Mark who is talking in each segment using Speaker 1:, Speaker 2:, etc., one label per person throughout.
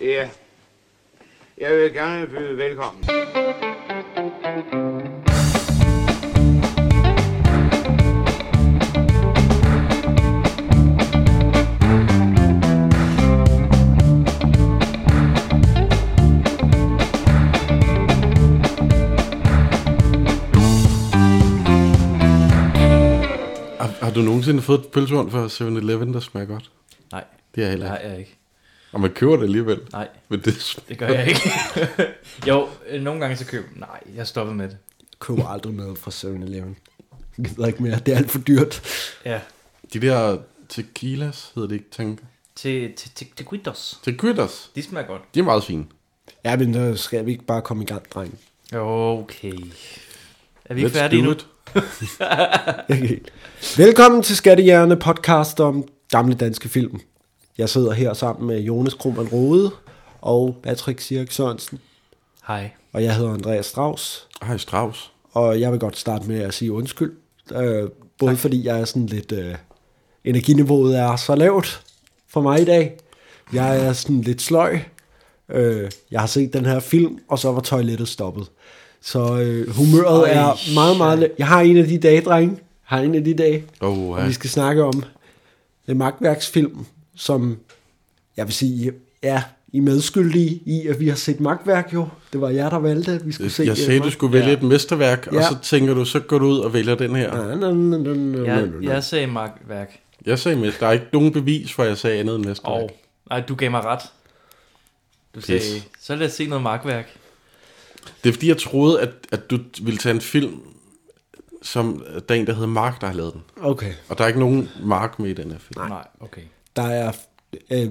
Speaker 1: Ja. Jeg vil gerne byde velkommen.
Speaker 2: Har, har du nogensinde fået et pølsehorn fra 7-Eleven, der smager godt?
Speaker 3: Nej,
Speaker 2: Det er heller
Speaker 3: det har
Speaker 2: ikke.
Speaker 3: jeg ikke.
Speaker 2: Og man køber det alligevel.
Speaker 3: Nej,
Speaker 2: Men det, smager-
Speaker 3: det gør jeg ikke. jo, øh, nogle gange så køber Nej, jeg stopper med det.
Speaker 4: køber aldrig noget fra 7-Eleven. Jeg gider ikke mere, det er alt for dyrt.
Speaker 3: Ja.
Speaker 2: De der tequilas hedder det ikke, tænker
Speaker 3: Til, til, til, til Quintos.
Speaker 2: Tequilas,
Speaker 3: De smager godt.
Speaker 2: de er meget fine.
Speaker 4: Ja, men så skal vi ikke bare komme i gang, dreng.
Speaker 3: Okay. Er vi ikke
Speaker 2: Let's
Speaker 3: færdige
Speaker 2: do
Speaker 3: nu?
Speaker 2: it.
Speaker 4: Okay. Velkommen til Skattehjerne podcast om gamle danske film. Jeg sidder her sammen med Jonas Krummernd Rode og Patrick Sirk Sørensen.
Speaker 3: Hej.
Speaker 4: Og jeg hedder Andreas Strauss,
Speaker 2: Ej, Strauss.
Speaker 4: og jeg vil godt starte med at sige undskyld. Øh, både tak. fordi jeg er sådan lidt... Øh, energiniveauet er så lavt for mig i dag. Jeg er sådan lidt sløj. Øh, jeg har set den her film, og så var toilettet stoppet. Så øh, humøret
Speaker 3: Ej,
Speaker 4: Ej, er meget, meget... la- Jeg har en af de dage, drenge. Jeg har en af de dage.
Speaker 2: Åh,
Speaker 4: Og
Speaker 2: ja.
Speaker 4: vi skal snakke om en magtværksfilm, som jeg vil sige, ja, I er medskyldige i, at vi har set magtværk jo. Det var jer, der valgte, at vi skulle se øh,
Speaker 2: Jeg sagde, du skulle vælge et mesterværk, og
Speaker 4: Ja.
Speaker 2: så tænker du, så går du ud og vælger den her.
Speaker 3: Jeg,
Speaker 4: skulle...
Speaker 3: jeg sagde Mark Værk.
Speaker 2: Jeg sagde, mest- der er ikke nogen bevis for, at jeg sagde andet end mesterværk.
Speaker 3: Og... Nej, du gav mig ret. Du
Speaker 2: Pis.
Speaker 3: sagde, så lad os se noget markværk.
Speaker 2: Det er fordi, jeg troede, at, at du ville tage en film, som der er en, der hedder Mark, der har lavet den.
Speaker 4: Okay.
Speaker 2: Og der er ikke nogen Mark med i den her film.
Speaker 3: Nej, okay.
Speaker 4: der er... Øh,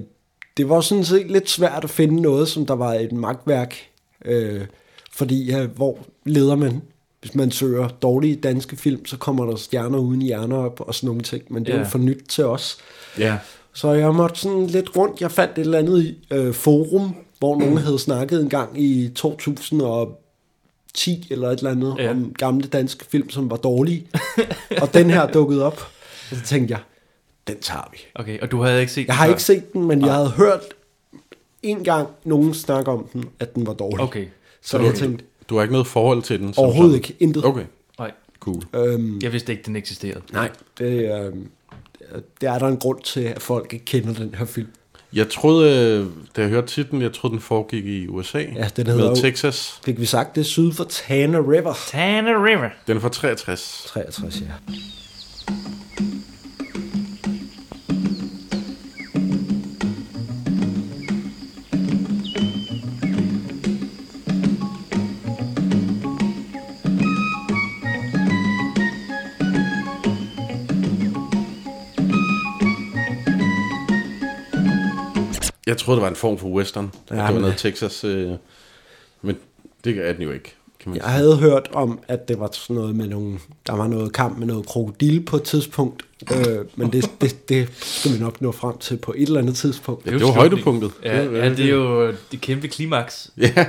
Speaker 4: det var sådan set lidt svært at finde noget, som der var et magtværk, øh, fordi øh, hvor leder man? Hvis man søger dårlige danske film, så kommer der stjerner uden hjerner op og sådan nogle ting, men det er
Speaker 3: Ja.
Speaker 4: jo for nyt til os.
Speaker 2: Ja.
Speaker 4: Så jeg måtte sådan lidt rundt. Jeg fandt et eller andet øh, forum, hvor nogen havde snakket en gang i 2010 eller et eller andet
Speaker 3: Ja.
Speaker 4: ja. om gamle danske film, som var dårlige. og den her dukkede op, og så tænkte jeg, den tager vi.
Speaker 3: Okay, og du havde ikke set
Speaker 4: Jeg har
Speaker 3: den
Speaker 4: ikke
Speaker 3: før?
Speaker 4: set den, men jeg havde hørt en gang nogen snakke om den, at den var dårlig.
Speaker 3: Okay,
Speaker 4: Så jeg tænkte,
Speaker 2: Du har ikke noget forhold til den? som
Speaker 4: overhovedet
Speaker 2: sådan?
Speaker 4: ikke, intet.
Speaker 2: Okay,
Speaker 3: nej.
Speaker 2: cool.
Speaker 4: Øhm,
Speaker 3: Jeg vidste ikke, den eksisterede.
Speaker 4: nej, det, øhm, det er der en grund til, at folk ikke kender den her film.
Speaker 2: Jeg troede, øh, da jeg hørte titlen, jeg troede, den foregik i USA.
Speaker 4: Ja, den hedder
Speaker 2: Med
Speaker 4: jo-
Speaker 2: Texas.
Speaker 4: Fik vi sagt, det er syd for Tana River.
Speaker 3: Tana River.
Speaker 2: Den er fra 63.
Speaker 4: 63, ja.
Speaker 2: Jeg troede, det var en form for western. Ja, det var
Speaker 4: men-
Speaker 2: noget Texas. Øh, men det er den jo ikke, kan man
Speaker 4: Jeg havde hørt om, at det var sådan noget med nogle, der var noget kamp med noget krokodil på et tidspunkt, øh, men det, det, det skal vi nok nå frem til på et eller andet tidspunkt.
Speaker 2: Ja, det var
Speaker 3: slutningen.
Speaker 2: højdepunktet.
Speaker 3: Ja, ja, det er jo det kæmpe klimaks.
Speaker 2: Ja,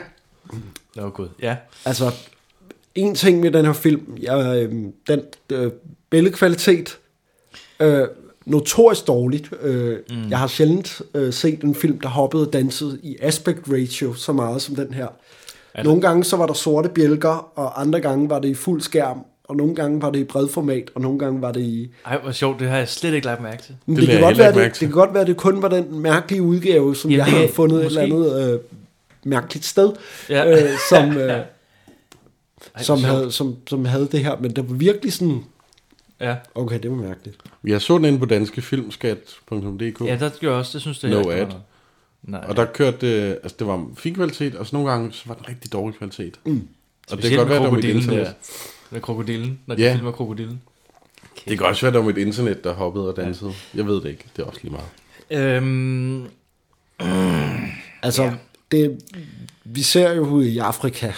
Speaker 3: Nå, gud. Ja.
Speaker 4: Altså, en ting med den her film, jeg, øh, den øh, billedkvalitet, øh, notorisk dårligt. Øh, mm. Jeg har sjældent øh, set en film, der hoppede og dansede i aspect ratio så meget som den her.
Speaker 3: det-
Speaker 4: Nogle gange så var der sorte bjælker, og andre gange var det i fuld skærm, og nogle gange var det i bredformat, og nogle gange var det i...
Speaker 3: Ej, hvor sjovt, det har jeg slet ikke lagt mærke til.
Speaker 4: Men
Speaker 2: Det lagde jeg heller
Speaker 4: godt være,
Speaker 2: ikke
Speaker 4: det,
Speaker 2: mærke
Speaker 4: det
Speaker 2: til.
Speaker 4: kan godt være, det kun var den mærkelige udgave, som
Speaker 3: Ja,
Speaker 4: ja, jeg
Speaker 3: det-
Speaker 4: havde fundet
Speaker 3: måske.
Speaker 4: et eller andet øh, mærkeligt sted,
Speaker 3: Ja.
Speaker 4: ja. øh, som, øh,
Speaker 3: Ej,
Speaker 4: som,
Speaker 3: hvor
Speaker 4: havde, som, som havde det her. Men det var virkelig sådan,
Speaker 3: Ja.
Speaker 4: okay, det var mærkeligt.
Speaker 2: jeg så den inde på danskefilmskat.dk,
Speaker 3: ja, der gjorde jeg også, det synes jeg.
Speaker 2: No
Speaker 3: ikke var
Speaker 2: ad.
Speaker 3: noget. Nej,
Speaker 2: og der kørte øh, altså, det var fin kvalitet, og så nogle gange så var den rigtig dårlig kvalitet. Mm. Og det kan
Speaker 3: specielt
Speaker 2: godt
Speaker 3: med
Speaker 2: være, der var mit
Speaker 3: krokodilen
Speaker 2: internet.
Speaker 3: der. Med krokodilen, når de
Speaker 2: Ja.
Speaker 3: filmer krokodilen.
Speaker 2: Det kan også være, der var mit internet, der hoppede og dansede. Jeg ved det ikke, det er også lige meget.
Speaker 3: Øhm,
Speaker 4: Altså, ja. det, vi ser jo ude i Afrika,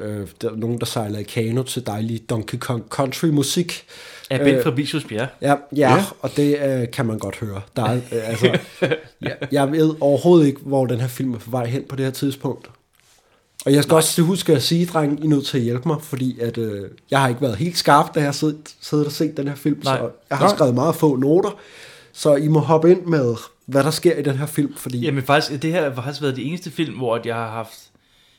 Speaker 4: øh, der er nogen, der sejler i kano til dejlig Donkey Kong Country musik.
Speaker 3: er
Speaker 2: Øh.
Speaker 3: Ben fra Bisius Bjerre.
Speaker 4: Ja, ja,
Speaker 2: Ja.
Speaker 4: ja. og det øh, kan man godt høre. Der er, øh, altså, ja, jeg ved overhovedet ikke, hvor den her film er på vej hen på det her tidspunkt. Og jeg skal Nej. også huske at sige, dreng, I er nødt til at hjælpe mig, fordi at, øh, jeg har ikke været helt skarp, da jeg har siddet, siddet og set den her film,
Speaker 3: Nej.
Speaker 4: så jeg har
Speaker 2: Nej.
Speaker 4: skrevet meget få noter. Så I må hoppe ind med hvad der sker i den her film, fordi Jamen.
Speaker 3: Jamen faktisk, det her har faktisk været det eneste film, hvor at jeg har haft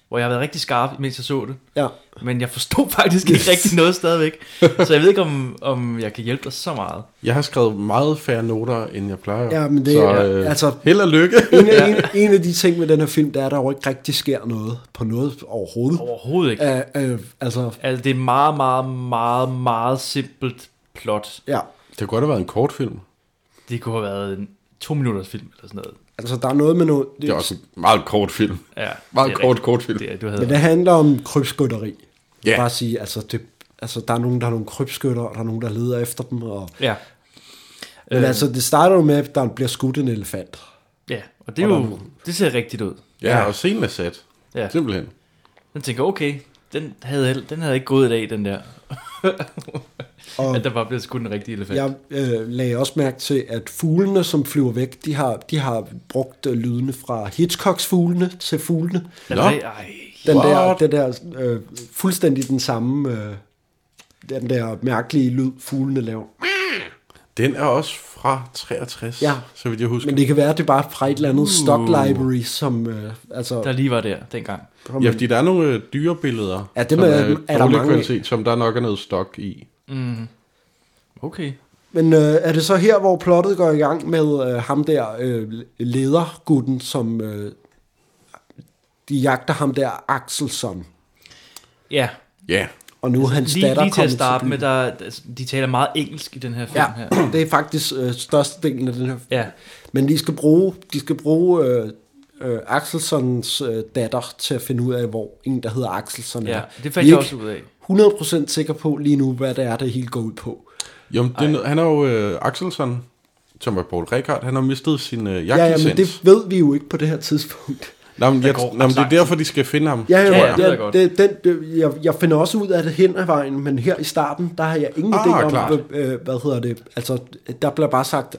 Speaker 3: hvor jeg har været rigtig skarp, mens jeg så det.
Speaker 4: ja,
Speaker 3: Men jeg forstod faktisk ikke rigtig noget stadigvæk. Så jeg ved ikke, om, om jeg kan hjælpe dig så meget.
Speaker 2: Jeg har skrevet meget færre noter, end jeg plejer.
Speaker 4: Ja, men det-
Speaker 2: så,
Speaker 4: ja,
Speaker 2: øh,
Speaker 4: altså-
Speaker 2: Held og lykke.
Speaker 4: en, af, en, en af de ting med den her film, der er, der jo ikke rigtig sker noget på noget overhovedet.
Speaker 3: Overhovedet ikke.
Speaker 4: Uh, uh, altså,
Speaker 3: Altså, det er meget, meget, meget, meget simpelt plot.
Speaker 4: ja,
Speaker 2: Det kunne godt have været en kortfilm.
Speaker 3: Det kunne have været en to minutters film eller sådan noget.
Speaker 4: altså der er noget med noget...
Speaker 2: Det er også en meget kort film.
Speaker 3: Ja,
Speaker 2: Meget
Speaker 3: det er
Speaker 2: kort,
Speaker 3: rigtigt.
Speaker 2: kort film.
Speaker 3: Det, er- du havde
Speaker 4: Men det handler om krybskytteri.
Speaker 2: Ja.
Speaker 4: Yeah. Bare at sige, altså, det, altså der er nogen, der er nogle krybskytter, og der er nogen, der leder efter dem. Og,
Speaker 3: Ja.
Speaker 4: men øh. altså, det starter jo med, at der bliver skudt en elefant.
Speaker 3: ja, og det er jo, det ser rigtigt ud.
Speaker 2: Ja, ja. og scenen er sat.
Speaker 3: Ja.
Speaker 2: Simpelthen.
Speaker 3: Den tænker, okay, den havde, held- den havde ikke gået i dag, den der.
Speaker 4: Og-
Speaker 3: at der bare blev skudt en rigtig elefant.
Speaker 4: Jeg øh, lagde også mærke til, at fuglene, som flyver væk, de har, de har brugt øh, lydene fra Hitchcocks fuglene til fuglene.
Speaker 3: Er
Speaker 2: Nå.
Speaker 3: det- Ej,
Speaker 4: Den der,
Speaker 2: What?
Speaker 4: den der øh, fuldstændig den samme, øh, den der mærkelige lyd, fuglene laver.
Speaker 2: Den er også fra 63,
Speaker 4: Ja.
Speaker 2: så vidt jeg husker.
Speaker 4: Men det kan være, at det er bare fra et eller
Speaker 2: Uh.
Speaker 4: andet stock library, som... Øh, altså,
Speaker 3: der lige var der dengang.
Speaker 2: Ja, fordi der er nogle øh, dyrebilleder,
Speaker 4: Ja, dem
Speaker 2: som
Speaker 4: er-
Speaker 2: er
Speaker 4: er der
Speaker 2: dårlig
Speaker 4: mange af.
Speaker 2: kvalitet, som der nok er noget stok i.
Speaker 3: Okay.
Speaker 4: Men øh, er det så her, hvor plottet går i gang med øh, ham der øh, ledergutten, som øh, de jagter ham der Axelsson,
Speaker 3: Ja,
Speaker 2: Ja,
Speaker 4: og nu er hans
Speaker 3: Altså, lige,
Speaker 4: datter
Speaker 3: lige til at
Speaker 4: kommet
Speaker 3: starte
Speaker 4: byen.
Speaker 3: med, der, altså, de taler meget engelsk i den her film
Speaker 4: Ja,
Speaker 3: her.
Speaker 4: det er faktisk øh, størstedelen af den her.
Speaker 3: Ja.
Speaker 4: Men de skal bruge, de skal bruge øh, øh, Axelsons øh, datter til at finde ud af, hvor en, der hedder Axelson
Speaker 3: Ja,
Speaker 4: er.
Speaker 3: det fandt jeg også ud af.
Speaker 4: 100% sikker på lige nu, hvad det er, det hele går ud på.
Speaker 2: jo, men det, er noget- han er jo øh, Axelsson, som er Paul Rekard, han har mistet sin øh,
Speaker 4: Ja, ja,
Speaker 2: jagtlicens.
Speaker 4: men det ved vi jo ikke på det her tidspunkt.
Speaker 2: Nå, men,
Speaker 3: Der
Speaker 2: jeg,
Speaker 3: går
Speaker 2: nå, men det er
Speaker 3: ret
Speaker 2: derfor, de skal finde ham.
Speaker 4: Ja, ja,
Speaker 3: Ja, ja, det ved
Speaker 4: ja,
Speaker 3: jeg
Speaker 4: ja
Speaker 3: godt.
Speaker 4: det, den, det, jeg, jeg finder også ud af det hen ad vejen, men her i starten, der har jeg ingen
Speaker 2: Ah,
Speaker 4: ah, idé om,
Speaker 2: klart.
Speaker 4: hvad, øh, hvad hedder det, altså, der bliver bare sagt,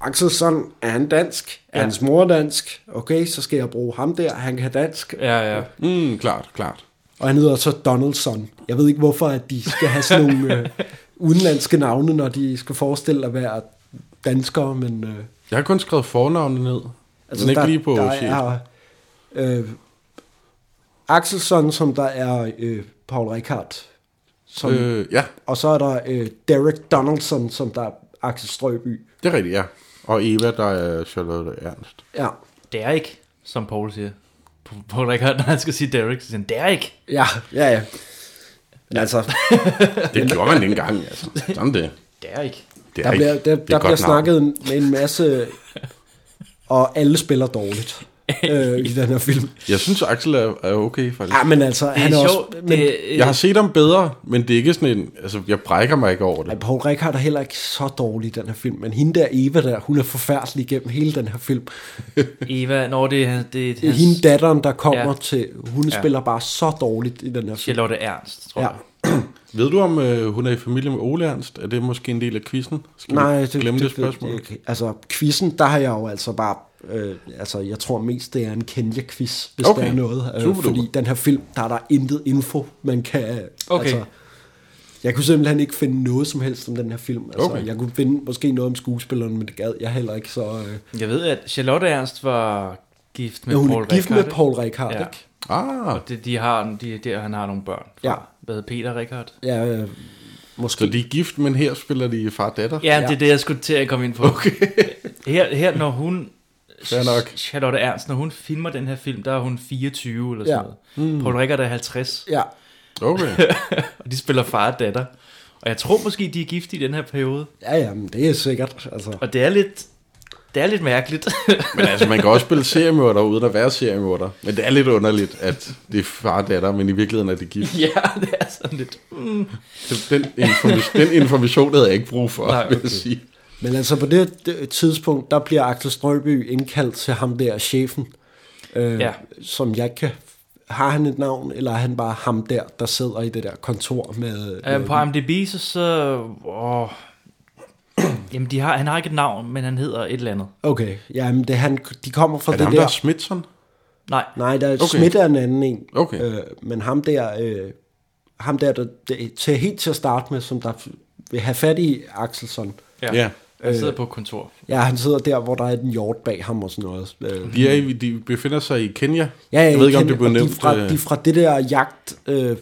Speaker 4: Axelsson, er han dansk? Er
Speaker 3: Ja.
Speaker 4: hans mor dansk? Okay, så skal jeg bruge ham der, han kan dansk.
Speaker 3: Ja, ja.
Speaker 2: Mm, klart, klart.
Speaker 4: Og han hedder så Donaldson. Jeg ved ikke, hvorfor at de skal have sådan nogle øh, udenlandske navne, når de skal forestille at være danskere, men... Øh,
Speaker 2: Jeg har kun skrevet fornavnet ned, altså, men ikke lige på
Speaker 4: der
Speaker 2: chef.
Speaker 4: er, øh, Axelsson, som der er øh, Paul Rickard. Som, øh.
Speaker 2: øh, ja,
Speaker 4: Og så er der øh, Derek Donaldson, som der er Axel Strøby.
Speaker 2: det er rigtigt, ja. Og Eva, der er Charlotte Ernst.
Speaker 4: Ja,
Speaker 3: Det er ikke, som Paul siger. P- Paul Rickard, når han skal sige Derek, så siger han, det er ikke.
Speaker 4: ja, ja. ja. Men altså,
Speaker 2: Det gjorde man ikke engang, altså. Sådan det.
Speaker 3: Det er ikke.
Speaker 2: det er
Speaker 4: der
Speaker 2: ikke,
Speaker 4: bliver, der,
Speaker 2: det er
Speaker 4: der
Speaker 2: godt
Speaker 4: bliver
Speaker 2: navn.
Speaker 4: snakket en- med en masse, og alle spiller dårligt øh, i den her film.
Speaker 2: Jeg synes, Axel er, er okay, faktisk.
Speaker 4: Ja, men altså,
Speaker 3: Det
Speaker 4: han er,
Speaker 3: er
Speaker 4: også...
Speaker 3: sjovt.
Speaker 4: Men,
Speaker 3: det,
Speaker 4: det...
Speaker 3: øh,
Speaker 2: Jeg har set ham bedre, men det er ikke sådan en... Altså, jeg brækker mig ikke over det.
Speaker 4: Paul Rickard er heller ikke så dårlig i den her film, men hende der Eva der, hun er forfærdelig gennem hele den her film.
Speaker 3: Eva, når det er, han- det er
Speaker 4: Det er hende datteren, der kommer ja.
Speaker 3: Ja.
Speaker 4: til, hun ja. spiller bare så dårligt i den her film.
Speaker 3: Charlotte Ernst, tror
Speaker 4: Ja.
Speaker 3: jeg.
Speaker 2: Ved du, om øh, hun er i familie med Ole Ernst? Er det måske en del af quizzen? Skal
Speaker 4: Nej,
Speaker 2: det, glemme det, det spørgsmål? Det,
Speaker 4: det- altså, quizzen, der har jeg jo altså bare, øh, altså, jeg tror mest, det er en Kenya-quiz, hvis
Speaker 2: Okay.
Speaker 4: okay. der er noget. Øh,
Speaker 2: Superduper.
Speaker 4: fordi den her film, der er der intet info, man kan... øh,
Speaker 3: Okay.
Speaker 4: Altså, jeg kunne simpelthen ikke finde noget som helst om den her film. Altså,
Speaker 2: Okay.
Speaker 4: okay. Jeg kunne finde måske noget om skuespilleren, men det gad jeg heller ikke. Så, øh,
Speaker 3: Jeg ved, at Charlotte Ernst var gift med
Speaker 4: men hun
Speaker 3: Paul
Speaker 4: er gift med
Speaker 3: Rickard, ikke?
Speaker 4: Paul Rickard,
Speaker 3: Ja.
Speaker 4: ikke?
Speaker 2: ah,
Speaker 3: Og det, de har, de, der han har nogle børn. Fra,
Speaker 4: Ja.
Speaker 3: Hvad hedder Peter Rickard?
Speaker 4: Ja, øh, måske.
Speaker 2: så de er gift, men her spiller de far-datter?
Speaker 3: Ja, det er det, jeg skulle til at komme ind på. Okay. her, her, når hun...
Speaker 2: Fair nok.
Speaker 3: Charlotte Ernst, når hun filmer den her film, der er hun 24 eller sådan
Speaker 4: Ja.
Speaker 3: noget. Mm. Paul Rickard er 50,
Speaker 4: Ja,
Speaker 2: Okay.
Speaker 3: og de spiller far og datter. Og jeg tror måske, de er gift i den her periode.
Speaker 4: ja, ja, men det er sikkert. Altså.
Speaker 3: Og det er lidt... Det er lidt mærkeligt.
Speaker 2: Men altså, man kan også spille seriemorder uden at være seriemorder. Men det er lidt underligt, at det er far-datter, men i virkeligheden er det gift.
Speaker 3: ja, det er sådan lidt... Mm.
Speaker 2: Så Den, informa- den information havde jeg ikke brug for, Nej,
Speaker 3: Nej,
Speaker 2: okay. vil
Speaker 3: okay.
Speaker 2: jeg sige.
Speaker 4: Men altså på det øh, tidspunkt, der bliver Axel Strøby indkaldt til ham der, chefen, øh,
Speaker 3: Ja.
Speaker 4: ja. som jeg ikke kan... Har han et navn, eller er han bare ham der, der sidder i det der kontor med...
Speaker 3: Øh,
Speaker 4: med
Speaker 3: på IMDb, så... så åh. Jamen, de har, han har ikke et navn, men han hedder et eller andet.
Speaker 4: okay, jamen det er han, de kommer fra
Speaker 2: Er det,
Speaker 4: det
Speaker 2: ham,
Speaker 4: der...
Speaker 2: der er Smithson?
Speaker 3: Nej,
Speaker 4: Nej, der er
Speaker 2: Okay.
Speaker 4: okay. Schmidt er en anden en.
Speaker 2: Okay.
Speaker 4: Øh, men ham der, øh, ham der, der, der til helt til at starte med, som der vil have fat i Axelsson,
Speaker 3: Ja.
Speaker 2: Ja.
Speaker 3: Han
Speaker 4: Øh.
Speaker 3: sidder på et kontor.
Speaker 4: Ja, han sidder der, hvor der er den hjort bag ham og sådan noget. Øh,
Speaker 2: De, er, i- de befinder sig i Kenya.
Speaker 4: Ja, ja,
Speaker 2: jeg ved ikke, om
Speaker 4: kender-
Speaker 2: det blev
Speaker 4: og
Speaker 2: nævnt.
Speaker 4: De er fra,
Speaker 2: øh,
Speaker 4: de er fra det der jagt øh,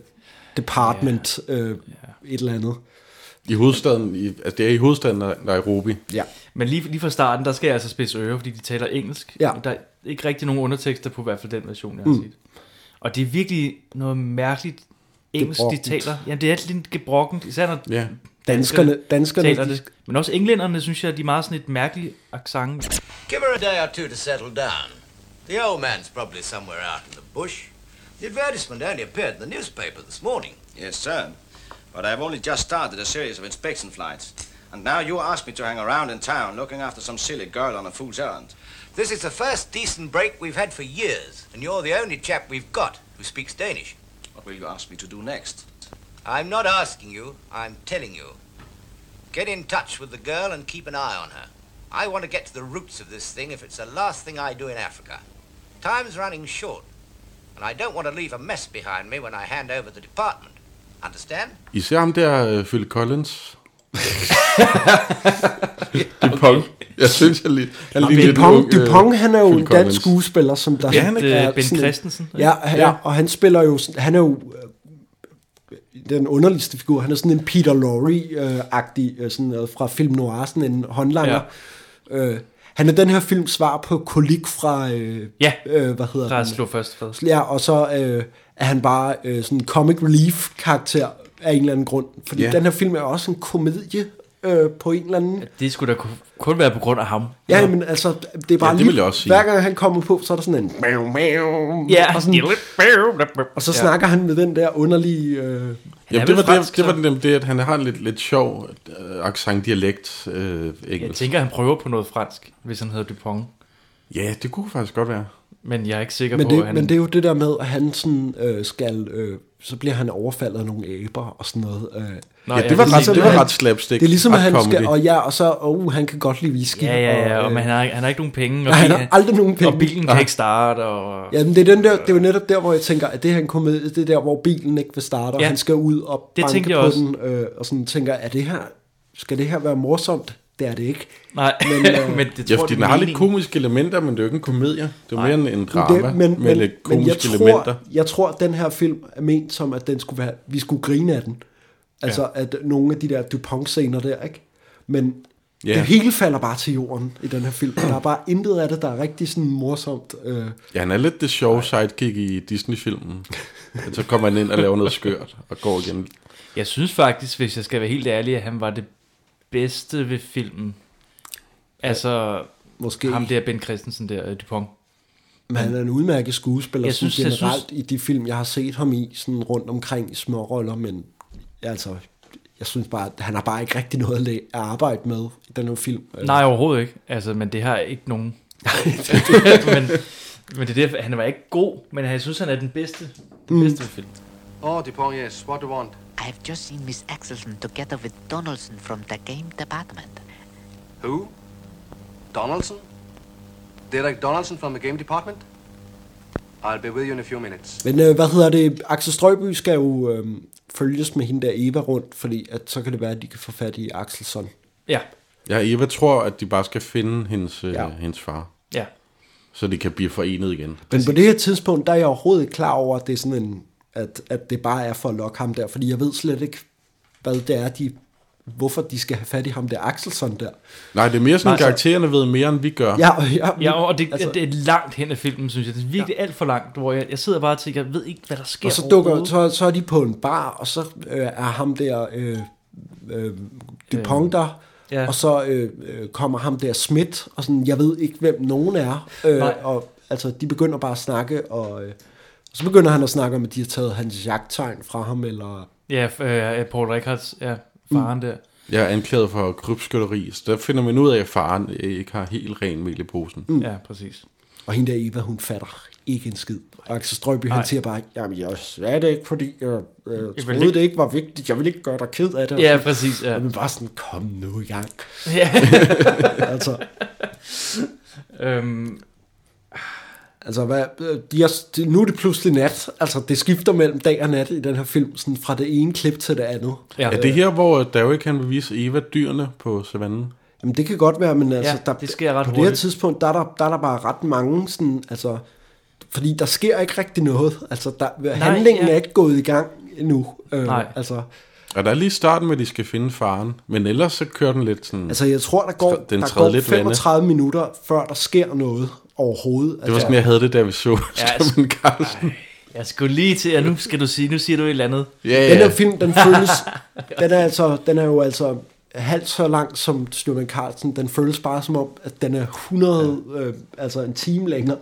Speaker 4: department, øh, et eller andet.
Speaker 2: I hovedstaden, i, altså det er i hovedstaden Nai- Nairobi.
Speaker 4: Ja.
Speaker 3: Men lige, lige fra starten, der skal jeg altså spidse ører, fordi de taler engelsk.
Speaker 4: Ja.
Speaker 3: Der er ikke rigtig nogen undertekster på i hvert fald den version, jeg har mm. set. Og det er virkelig noget mærkeligt engelsk, de
Speaker 4: Gebrokkent.
Speaker 3: taler. Jamen, det er altid lidt gebrokkent, især når
Speaker 2: Ja.
Speaker 4: Danskerne, danskerne
Speaker 3: taler
Speaker 4: de,
Speaker 3: det. Men også englænderne, synes jeg, de er meget sådan et mærkeligt accent.
Speaker 5: Give her a day or two to settle down. The old man's probably somewhere out in the bush. The advertisement only appeared in the newspaper this morning.
Speaker 6: Yes, sir. But I've only just started a series of inspection flights. And now you ask me to hang around in town looking after some silly girl on a fool's errand.
Speaker 5: This is the first decent break we've had for years, and you're the only chap we've got who speaks Danish.
Speaker 6: What will you ask me to do next?
Speaker 5: I'm not asking you, I'm telling you. Get in touch with the girl and keep an eye on her. I want to get to the roots of this thing if it's the last thing I do in Africa. Time's running short, and I don't want to leave a mess behind me when I hand over the department. Understand?
Speaker 2: Især ham der, øh, Phil Collins. Dupont. Jeg synes, jeg lige... Han ligner lidt en
Speaker 4: Dupont,
Speaker 2: ung, øh,
Speaker 4: Dupont, han er jo
Speaker 2: Phil
Speaker 4: en
Speaker 2: Collins.
Speaker 4: dansk skuespiller, som der...
Speaker 3: Ja, han er-
Speaker 4: er
Speaker 3: Øh, Ben
Speaker 4: sådan-
Speaker 3: Christensen, ikke?
Speaker 4: Ja, han,
Speaker 2: Ja.
Speaker 4: ja, og han spiller jo... sådan- Han er jo øh, den underligste figur. Han er sådan en Peter Lorre-agtig, øh, sådan noget fra film noir, sådan en håndlanger. Ja. Øh, han er den her films svar på kolik fra... Øh,
Speaker 3: Ja.
Speaker 4: øh, hvad hedder
Speaker 3: Der er
Speaker 4: den?
Speaker 3: slå først fad.
Speaker 4: Ja, og så øh, er han bare øh, sådan en comic relief karakter af en eller anden grund. Fordi
Speaker 2: Ja.
Speaker 4: yeah. den her film er også en komedie øh, på en eller anden...
Speaker 3: Det skulle da kun- kun være på grund af ham.
Speaker 4: Ja, men altså, det er bare
Speaker 2: det
Speaker 4: lige-
Speaker 2: vil jeg også sige.
Speaker 4: Hver gang han kommer på, så er der sådan en... Meow, meow,
Speaker 3: Ja,
Speaker 4: og, sådan, og så snakker han med den der underlige... Øh,
Speaker 2: Jamen,
Speaker 3: er
Speaker 2: det var,
Speaker 3: vel
Speaker 2: fransk,
Speaker 3: fransk,
Speaker 2: det, det var
Speaker 3: så-
Speaker 2: nemlig det, at han har en lidt, lidt sjov øh, accent dialekt øh,
Speaker 3: Jeg
Speaker 2: engelsk.
Speaker 3: tænker, han prøver på noget fransk, hvis han hedder Dupont.
Speaker 2: Ja, det kunne faktisk godt være.
Speaker 3: Men jeg er ikke sikker
Speaker 4: men,
Speaker 3: på,
Speaker 4: det,
Speaker 3: at han...
Speaker 4: men det er jo det der med, at han sådan øh, skal... Øh, så bliver han overfaldet af nogle æber og sådan noget.
Speaker 3: Nå,
Speaker 4: Øh.
Speaker 2: Ja, det var,
Speaker 4: det er
Speaker 2: ret,
Speaker 4: ligesom,
Speaker 2: det var
Speaker 4: at han-
Speaker 2: ret slapstick.
Speaker 4: Det er ligesom, at
Speaker 2: ret
Speaker 4: han skal...
Speaker 2: comedy.
Speaker 4: Og ja, og så... Oh, han kan godt lide whisky.
Speaker 3: Ja, ja, ja,
Speaker 4: og,
Speaker 3: og,
Speaker 4: øh,
Speaker 3: men han har, ikke- han har ikke nogen penge. Og
Speaker 4: Nej, han
Speaker 3: bilen-
Speaker 4: har aldrig nogen penge.
Speaker 3: Og bilen kan ikke starte, og...
Speaker 4: Ja, men det er, den der, det er jo netop der, hvor jeg tænker, at det her komedie, det er der, hvor bilen ikke vil starte, og
Speaker 3: Ja.
Speaker 4: ja. han skal ud og
Speaker 3: Det
Speaker 4: banke
Speaker 3: tænkte jeg
Speaker 4: på
Speaker 3: også.
Speaker 4: den, øh, og sådan tænker, er det her, skal det her være morsomt? Det er det ikke.
Speaker 3: Nej, men,
Speaker 4: Men,
Speaker 3: øh,
Speaker 4: øh,
Speaker 3: men det tror
Speaker 2: Ja, fordi
Speaker 3: det
Speaker 2: den
Speaker 3: er
Speaker 2: har lidt
Speaker 3: meningen.
Speaker 2: komiske elementer, men det er jo ikke en komedie. Det er jo mere en, en
Speaker 4: Det,
Speaker 2: drama det,
Speaker 4: men,
Speaker 2: Ah, med
Speaker 4: men,
Speaker 2: lidt
Speaker 4: men jeg,
Speaker 2: komiske elementer.
Speaker 4: tror, jeg tror, at den her film er ment som, at den skulle være, vi skulle grine af den. Altså, ja. at nogle af de der Dupont-scener der, ikke? Men
Speaker 2: Ja.
Speaker 4: yeah. det hele falder bare til jorden i den her film. Der er bare intet af det, der er rigtig sådan morsomt. Øh,
Speaker 2: Ja, han er lidt det sjove sidekick i Disney-filmen. Men så kommer han ind og laver noget skørt og går igen.
Speaker 3: Jeg synes faktisk, hvis jeg skal være helt ærlig, at han var det bedste ved filmen. Altså,
Speaker 4: måske.
Speaker 3: ham der Ben Christensen der, øh, Dupont.
Speaker 4: Men han er en udmærket
Speaker 3: Jeg
Speaker 4: skuespiller jeg synes,
Speaker 3: synes- jeg
Speaker 4: generelt synes... i de film, jeg har set ham i, sådan rundt omkring i småroller, men altså, jeg synes bare, at han har bare ikke rigtig noget at la- at arbejde med i den her film.
Speaker 3: Nej, overhovedet ikke. Altså, men det har ikke nogen... men, men det er derfor, han var ikke god, men jeg synes, han er den bedste,
Speaker 4: Mm.
Speaker 3: den bedste ved filmen.
Speaker 7: Oh, Dupont, yes. What do you want?
Speaker 8: I have just seen Miss Axelson together with Donaldson from the game department.
Speaker 7: Who? Donaldson? Derek Donaldson from the game department? I'll be with you in a few minutes.
Speaker 4: Men øh, hvad hedder det? Axel Strøby skal jo øh, følges med hende der Eva rundt, fordi at, så kan det være, at de kan få fat i Axelsson.
Speaker 3: Ja,
Speaker 2: Ja, Eva tror, at de bare skal finde hendes, ja.
Speaker 4: Ja.
Speaker 2: hendes far,
Speaker 3: ja.
Speaker 2: så de kan blive forenet igen.
Speaker 4: Men på det her tidspunkt, der er jeg overhovedet ikke klar over, at det er sådan en, at, at det bare er for at lokke ham der, fordi jeg ved slet ikke, hvad det er, de, hvorfor de skal have fat i ham der Axelsson der.
Speaker 2: Nej, det er mere sådan,
Speaker 3: Nej,
Speaker 2: Nej,
Speaker 3: så-
Speaker 2: karaktererne ved mere, end vi gør.
Speaker 4: Ja, og, ja,
Speaker 3: Ja, og det, altså,
Speaker 4: altså-
Speaker 3: det er langt hen af filmen, synes jeg. Det er virkelig ja. alt for langt, hvor jeg, jeg sidder bare og tænker, jeg ved ikke, hvad der sker
Speaker 4: Og så, dukker,
Speaker 3: overhovedet.
Speaker 4: så, så er de på en bar, og så øh, er ham der øh, øh, Dupont der,
Speaker 3: ja.
Speaker 4: ja. og så øh, øh, kommer ham der Schmidt, og sådan, jeg ved ikke, hvem nogen er. Øh,
Speaker 3: Nej.
Speaker 4: og altså, de begynder bare at snakke, og øh, så begynder han at snakke om, at de har taget hans jagttegn fra ham, eller...
Speaker 3: Ja, f- øh, Paul Rickards, ja, faren mm. der.
Speaker 2: Jeg er anklaget for krybskytteri, så der finder man ud af, at faren ikke har helt ren mel i posen. Mm.
Speaker 3: Ja, præcis.
Speaker 4: Og hende der Eva, hun fatter ikke en skid. Og Axel Strøby, han siger bare, jamen jeg sagde det ikke, fordi jeg, øh, jeg troede
Speaker 3: ikke-
Speaker 4: det ikke var vigtigt, jeg vil ikke gøre dig ked af det.
Speaker 3: Ja, præcis, ja.
Speaker 4: Men bare sådan, kom nu i gang.
Speaker 3: ja.
Speaker 4: altså,
Speaker 3: øhm,
Speaker 4: Altså, hvad, øh, de er, de, nu er det pludselig nat. Altså, det skifter mellem dag og nat i den her film, sådan fra det ene klip til det andet.
Speaker 3: ja.
Speaker 2: Er det her, hvor Derek kan vil vise Eva dyrene på savannen?
Speaker 4: Jamen, det kan godt være, men altså,
Speaker 3: Ja,
Speaker 4: der,
Speaker 3: det sker ret
Speaker 4: på det her
Speaker 3: hurtigt.
Speaker 4: tidspunkt, der er der, der er der bare ret mange, sådan, altså, fordi der sker ikke rigtig noget. Altså, der, Nej, handlingen
Speaker 3: ja.
Speaker 4: er ikke gået i gang endnu. Øh,
Speaker 3: Nej.
Speaker 4: Altså,
Speaker 2: Og der er lige starten med, at de skal finde faren, men ellers så kører den lidt sådan...
Speaker 4: altså, jeg tror, der går,
Speaker 2: Den
Speaker 4: der
Speaker 2: træder
Speaker 4: går
Speaker 2: lidt vande.
Speaker 4: 35 minutter, før der sker noget overhovedet. Altså,
Speaker 2: det var sådan, jeg havde det, da vi så Stormen Carlsen.
Speaker 3: Jeg skulle lige til, og nu skal du sige, nu siger du et eller andet.
Speaker 2: Ja,
Speaker 4: Den her
Speaker 2: ja.
Speaker 4: film, den føles, den er, altså, den er jo altså halvt så lang som Snowman Carlsen. Den føles bare som om, at den er 100, ja. øh, altså en time længere.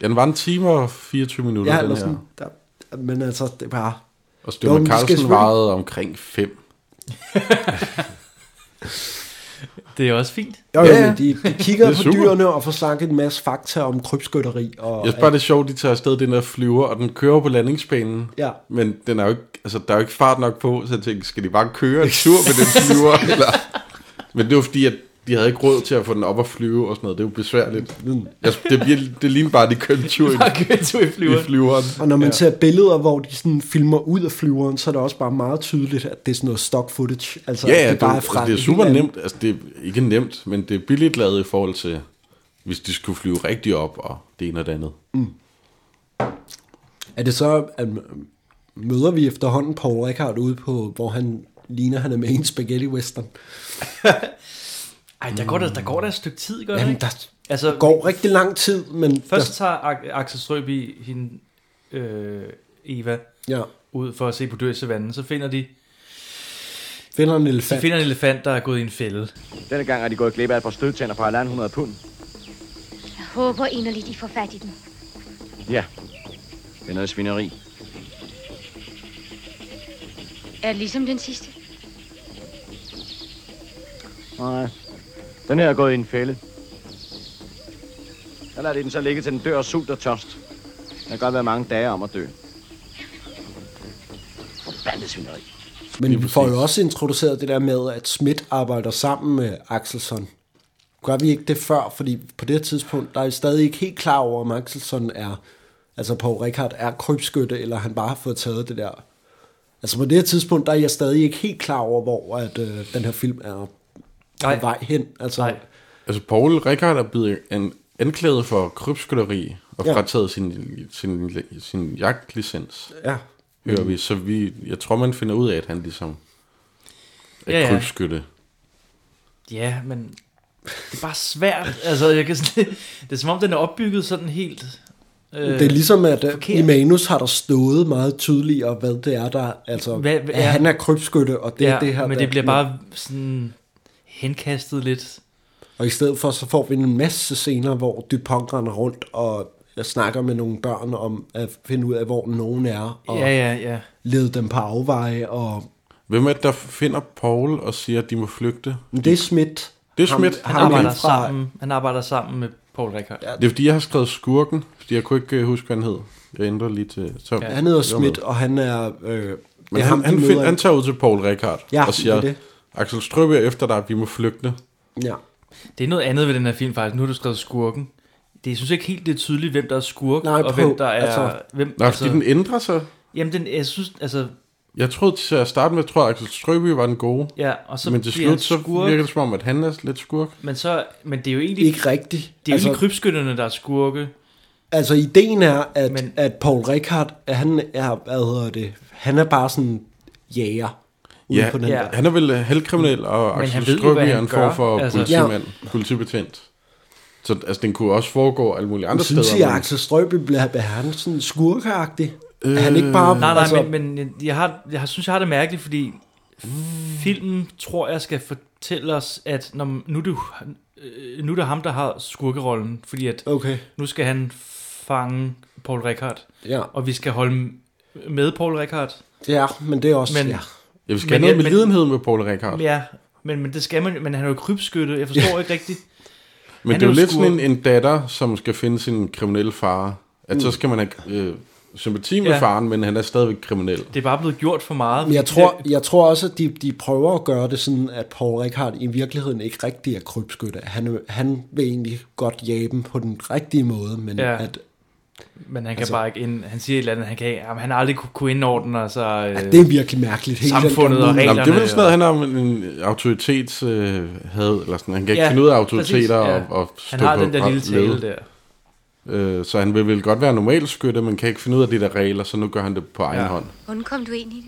Speaker 2: Den var en time og 24 minutter,
Speaker 4: Ja,
Speaker 2: den
Speaker 4: eller
Speaker 2: her.
Speaker 4: sådan, der, men altså, det er bare...
Speaker 2: Og
Speaker 4: Nå,
Speaker 2: Stormen
Speaker 4: men vi skal
Speaker 2: Carlsen
Speaker 4: selvfølgelig-
Speaker 2: varede omkring 5.
Speaker 3: Det er også fint.
Speaker 4: Jo,
Speaker 2: Ja,
Speaker 4: ja,
Speaker 2: ja.
Speaker 4: ja. De, de
Speaker 2: Det
Speaker 4: kigger
Speaker 2: er
Speaker 4: på
Speaker 2: super.
Speaker 4: dyrene og får snakket en masse fakta om krybskytteri. Og,
Speaker 2: Jeg synes bare, det er sjovt, de tager afsted den der flyver, og den kører på landingsbanen.
Speaker 4: Ja.
Speaker 2: Men den er jo ikke, altså, der er jo ikke fart nok på, så jeg tænkte, skal de bare køre en tur med den flyver? eller? Men det var fordi, at de havde ikke råd til at få den op og flyve og sådan noget. Det er jo besværligt.
Speaker 4: Mm.
Speaker 2: Jeg, det, bliver, det ligner bare, at de kører en tur i,
Speaker 3: Bare køre en tur i
Speaker 2: i
Speaker 3: flyveren.
Speaker 2: flyveren.
Speaker 4: og når man ja. ser billeder, hvor de sådan filmer ud af flyveren, så er det også bare meget tydeligt, at det er sådan noget stock footage. Altså,
Speaker 2: Ja, ja,
Speaker 4: det er bare
Speaker 2: det,
Speaker 4: fra
Speaker 2: det er
Speaker 4: en
Speaker 2: super
Speaker 4: helt anden-
Speaker 2: nemt. Altså, det er ikke nemt, men det er billigt lavet i forhold til, hvis de skulle flyve rigtig op og det ene og det andet.
Speaker 4: Er det så, at møder vi efterhånden Paul Rickard ude på, hvor han ligner, han er med i en spaghetti western?
Speaker 3: Ej, der går der, der, går der et stykke tid, gør det
Speaker 4: Jamen,
Speaker 3: ikke?
Speaker 4: der
Speaker 3: Altså,
Speaker 4: går rigtig lang tid, men...
Speaker 3: først tager Ak- Axel Strøby hende, øh, Eva,
Speaker 4: Der, ja,
Speaker 3: ud for at se på dyr i savannen. Så finder de,
Speaker 4: finder en
Speaker 3: de
Speaker 4: elefant.
Speaker 3: finder en elefant, der er gået i en fælde.
Speaker 6: Denne gang er de gået glip af et par stødtænder på 1.100 pund.
Speaker 9: Jeg håber inderligt, I får fat i den.
Speaker 6: Ja, det er noget svineri.
Speaker 9: Er det ligesom den sidste?
Speaker 6: Nej, den her er gået i en fælde. Der lader de den så ligge til den dør og sult og tørst. Der kan godt være mange dage om at dø. Forbandet svineri.
Speaker 4: Men vi får jo også introduceret det der med, at Schmidt arbejder sammen med Axelsson. Gør vi ikke det før? Fordi på det her tidspunkt, der er vi stadig ikke helt klar over, om Axelsson er, altså Paul Rickard er krybskytte, eller han bare har fået taget det der. Altså på det her tidspunkt, der er jeg stadig ikke helt klar over, hvor at, øh, den her film er på
Speaker 3: Nej.
Speaker 4: vej hen. Altså,
Speaker 3: Nej.
Speaker 2: Altså, Paul Rickard er blevet an, anklaget for krybskytteri og
Speaker 4: Ja.
Speaker 2: ja. frataget sin, sin, sin jagtlicens,
Speaker 4: Ja.
Speaker 2: hører vi. Så vi, jeg tror, man finder ud af, at han ligesom er
Speaker 3: Ja,
Speaker 2: ja,
Speaker 3: ja.
Speaker 2: ja. krybskytte.
Speaker 3: Ja, men det er bare svært. Altså, jeg kan sådan, det er som om, den er opbygget sådan helt... Øh,
Speaker 4: Det er ligesom, at øh,
Speaker 3: forkert.
Speaker 4: i manus har der stået meget tydeligere, hvad det er, der... Altså,
Speaker 3: Hvad-
Speaker 4: hvad,
Speaker 3: hvad-
Speaker 4: hvad, at han er krybskytte, og det
Speaker 3: ja,
Speaker 4: er det her...
Speaker 3: men
Speaker 4: der-
Speaker 3: det bliver bare sådan henkastet lidt.
Speaker 4: Og i stedet for, så får vi en masse scener, hvor Dupont render rundt og jeg snakker med nogle børn om at finde ud af, hvor nogen er, og
Speaker 3: Ja, ja, ja.
Speaker 4: lede dem på afveje, og
Speaker 2: Hvem er det, der finder Paul og siger, at de må flygte?
Speaker 4: Men det er Schmidt.
Speaker 2: Det er
Speaker 4: Ham-
Speaker 2: Schmidt.
Speaker 3: Han arbejder,
Speaker 4: inde fra-
Speaker 3: sammen, han arbejder sammen med Paul Rickard. Ja.
Speaker 2: Det er fordi, jeg har skrevet skurken, fordi jeg kunne ikke øh, huske, hvad han hed. Jeg ændrer lige til... Så,
Speaker 4: Han hedder Schmidt, og han er... Øh, det
Speaker 2: Men
Speaker 4: er
Speaker 2: han,
Speaker 4: ham,
Speaker 2: han,
Speaker 4: de
Speaker 2: find,
Speaker 4: møder-
Speaker 2: han tager ud til Paul Rickard
Speaker 4: Ja,
Speaker 2: og siger,
Speaker 4: det er det.
Speaker 2: Axel Strøby er efter dig, vi må flygte.
Speaker 4: Ja.
Speaker 3: Det er noget andet ved den her film faktisk. Nu har du skrevet skurken. Det jeg synes ikke helt, det er tydeligt, hvem der er skurk,
Speaker 4: Nej,
Speaker 3: og
Speaker 4: prøv,
Speaker 3: hvem der er...
Speaker 4: altså-
Speaker 3: hvem,
Speaker 2: Nå, altså, fordi den ændrer sig.
Speaker 3: Jamen, den, jeg synes, altså...
Speaker 2: Jeg troede til at starte med, jeg tror, at Axel Strøby var den gode.
Speaker 3: Ja, og så
Speaker 2: Så men til
Speaker 3: bliver han
Speaker 2: slut, så
Speaker 3: skurk,
Speaker 2: virker det som om, at han er lidt skurk.
Speaker 3: men, så, men det er jo egentlig,
Speaker 4: Ikke rigtigt.
Speaker 3: det er jo altså, egentlig krybskytterne, der er skurke.
Speaker 4: Altså ideen er, at,
Speaker 3: Men-
Speaker 4: men, at Paul Rickard, han er, hvad hedder det, han er bare sådan jæger ude
Speaker 2: Ja,
Speaker 4: på den
Speaker 3: ja.
Speaker 4: der.
Speaker 2: Han er vel øh, halvkriminel, og
Speaker 3: Men han ved
Speaker 2: Axel
Speaker 3: jo,
Speaker 2: Strøby
Speaker 3: hvad
Speaker 2: er
Speaker 3: han
Speaker 2: en
Speaker 3: gør.
Speaker 2: form for
Speaker 3: Altså-
Speaker 2: altså, politimand, politibetjent. Så altså, den kunne også foregå alle mulige andre
Speaker 4: Synes I,
Speaker 2: steder.
Speaker 4: at
Speaker 2: men-
Speaker 4: Axel Strøby bliver er han sådan skurkeagtig? Øh, han ikke bare...
Speaker 3: Nej, nej,
Speaker 4: altså,
Speaker 3: altså, men, men jeg, har, jeg har- synes, jeg har det mærkeligt, fordi filmen, tror jeg, skal fortælle os, at når, nu, er det, øh, nu er det ham, der har skurkerollen, fordi at
Speaker 4: Okay,
Speaker 3: nu skal han fange Paul Rickard,
Speaker 4: ja.
Speaker 3: og vi skal holde med Paul Rickard.
Speaker 4: Ja, men det er også...
Speaker 3: Men-
Speaker 4: Men, ja.
Speaker 2: Ja, vi skal
Speaker 3: Men
Speaker 2: have noget
Speaker 3: jeg-
Speaker 2: med
Speaker 3: men-
Speaker 2: lidenhed med Paul Rickard.
Speaker 3: Ja, men, men det skal man jo- men han er jo krybskytte, jeg forstår ikke rigtigt.
Speaker 2: Men
Speaker 3: Han
Speaker 2: det er jo
Speaker 3: er jo
Speaker 2: lidt
Speaker 3: skurk.
Speaker 2: sådan en, en datter, som skal finde sin kriminelle far. At
Speaker 4: Mm.
Speaker 2: så skal man have øh, sympati med
Speaker 3: Ja.
Speaker 2: ja. faren, men han er stadigvæk kriminel.
Speaker 3: Det er bare blevet gjort for meget.
Speaker 4: Men jeg tror, jeg tror også, at de, de prøver at gøre det sådan, at Paul Rickard i virkeligheden ikke rigtig er krybskytte. Han, han vil egentlig godt jage dem på den rigtige måde, men
Speaker 3: Ja.
Speaker 4: ja. at
Speaker 3: Men han kan
Speaker 4: Altså-
Speaker 3: altså, bare ikke ind. Han siger et eller andet, han kan ikke. Jamen, han har aldrig kunne, kunne indordne, og så... Øh,
Speaker 4: Ja, det er virkelig mærkeligt. Hele
Speaker 3: samfundet
Speaker 4: den der
Speaker 3: og
Speaker 4: måde.
Speaker 2: Nå, men det er vel
Speaker 3: Reglerne,
Speaker 2: sådan noget, han har en en autoritetshad, øh, had, eller sådan. Han kan ikke
Speaker 3: Ja,
Speaker 2: finde ud af
Speaker 3: præcis,
Speaker 2: autoriteter
Speaker 3: ja.
Speaker 2: og, og stå
Speaker 3: han har
Speaker 2: på
Speaker 3: den der lille
Speaker 2: ret led.
Speaker 3: tale der.
Speaker 2: Øh, så han vil vel godt være normalskytte, men kan ikke finde ud af de der regler, så nu gør han det på egen ja.
Speaker 3: Ja.
Speaker 2: hånd.
Speaker 9: Hvordan kom du ind i det?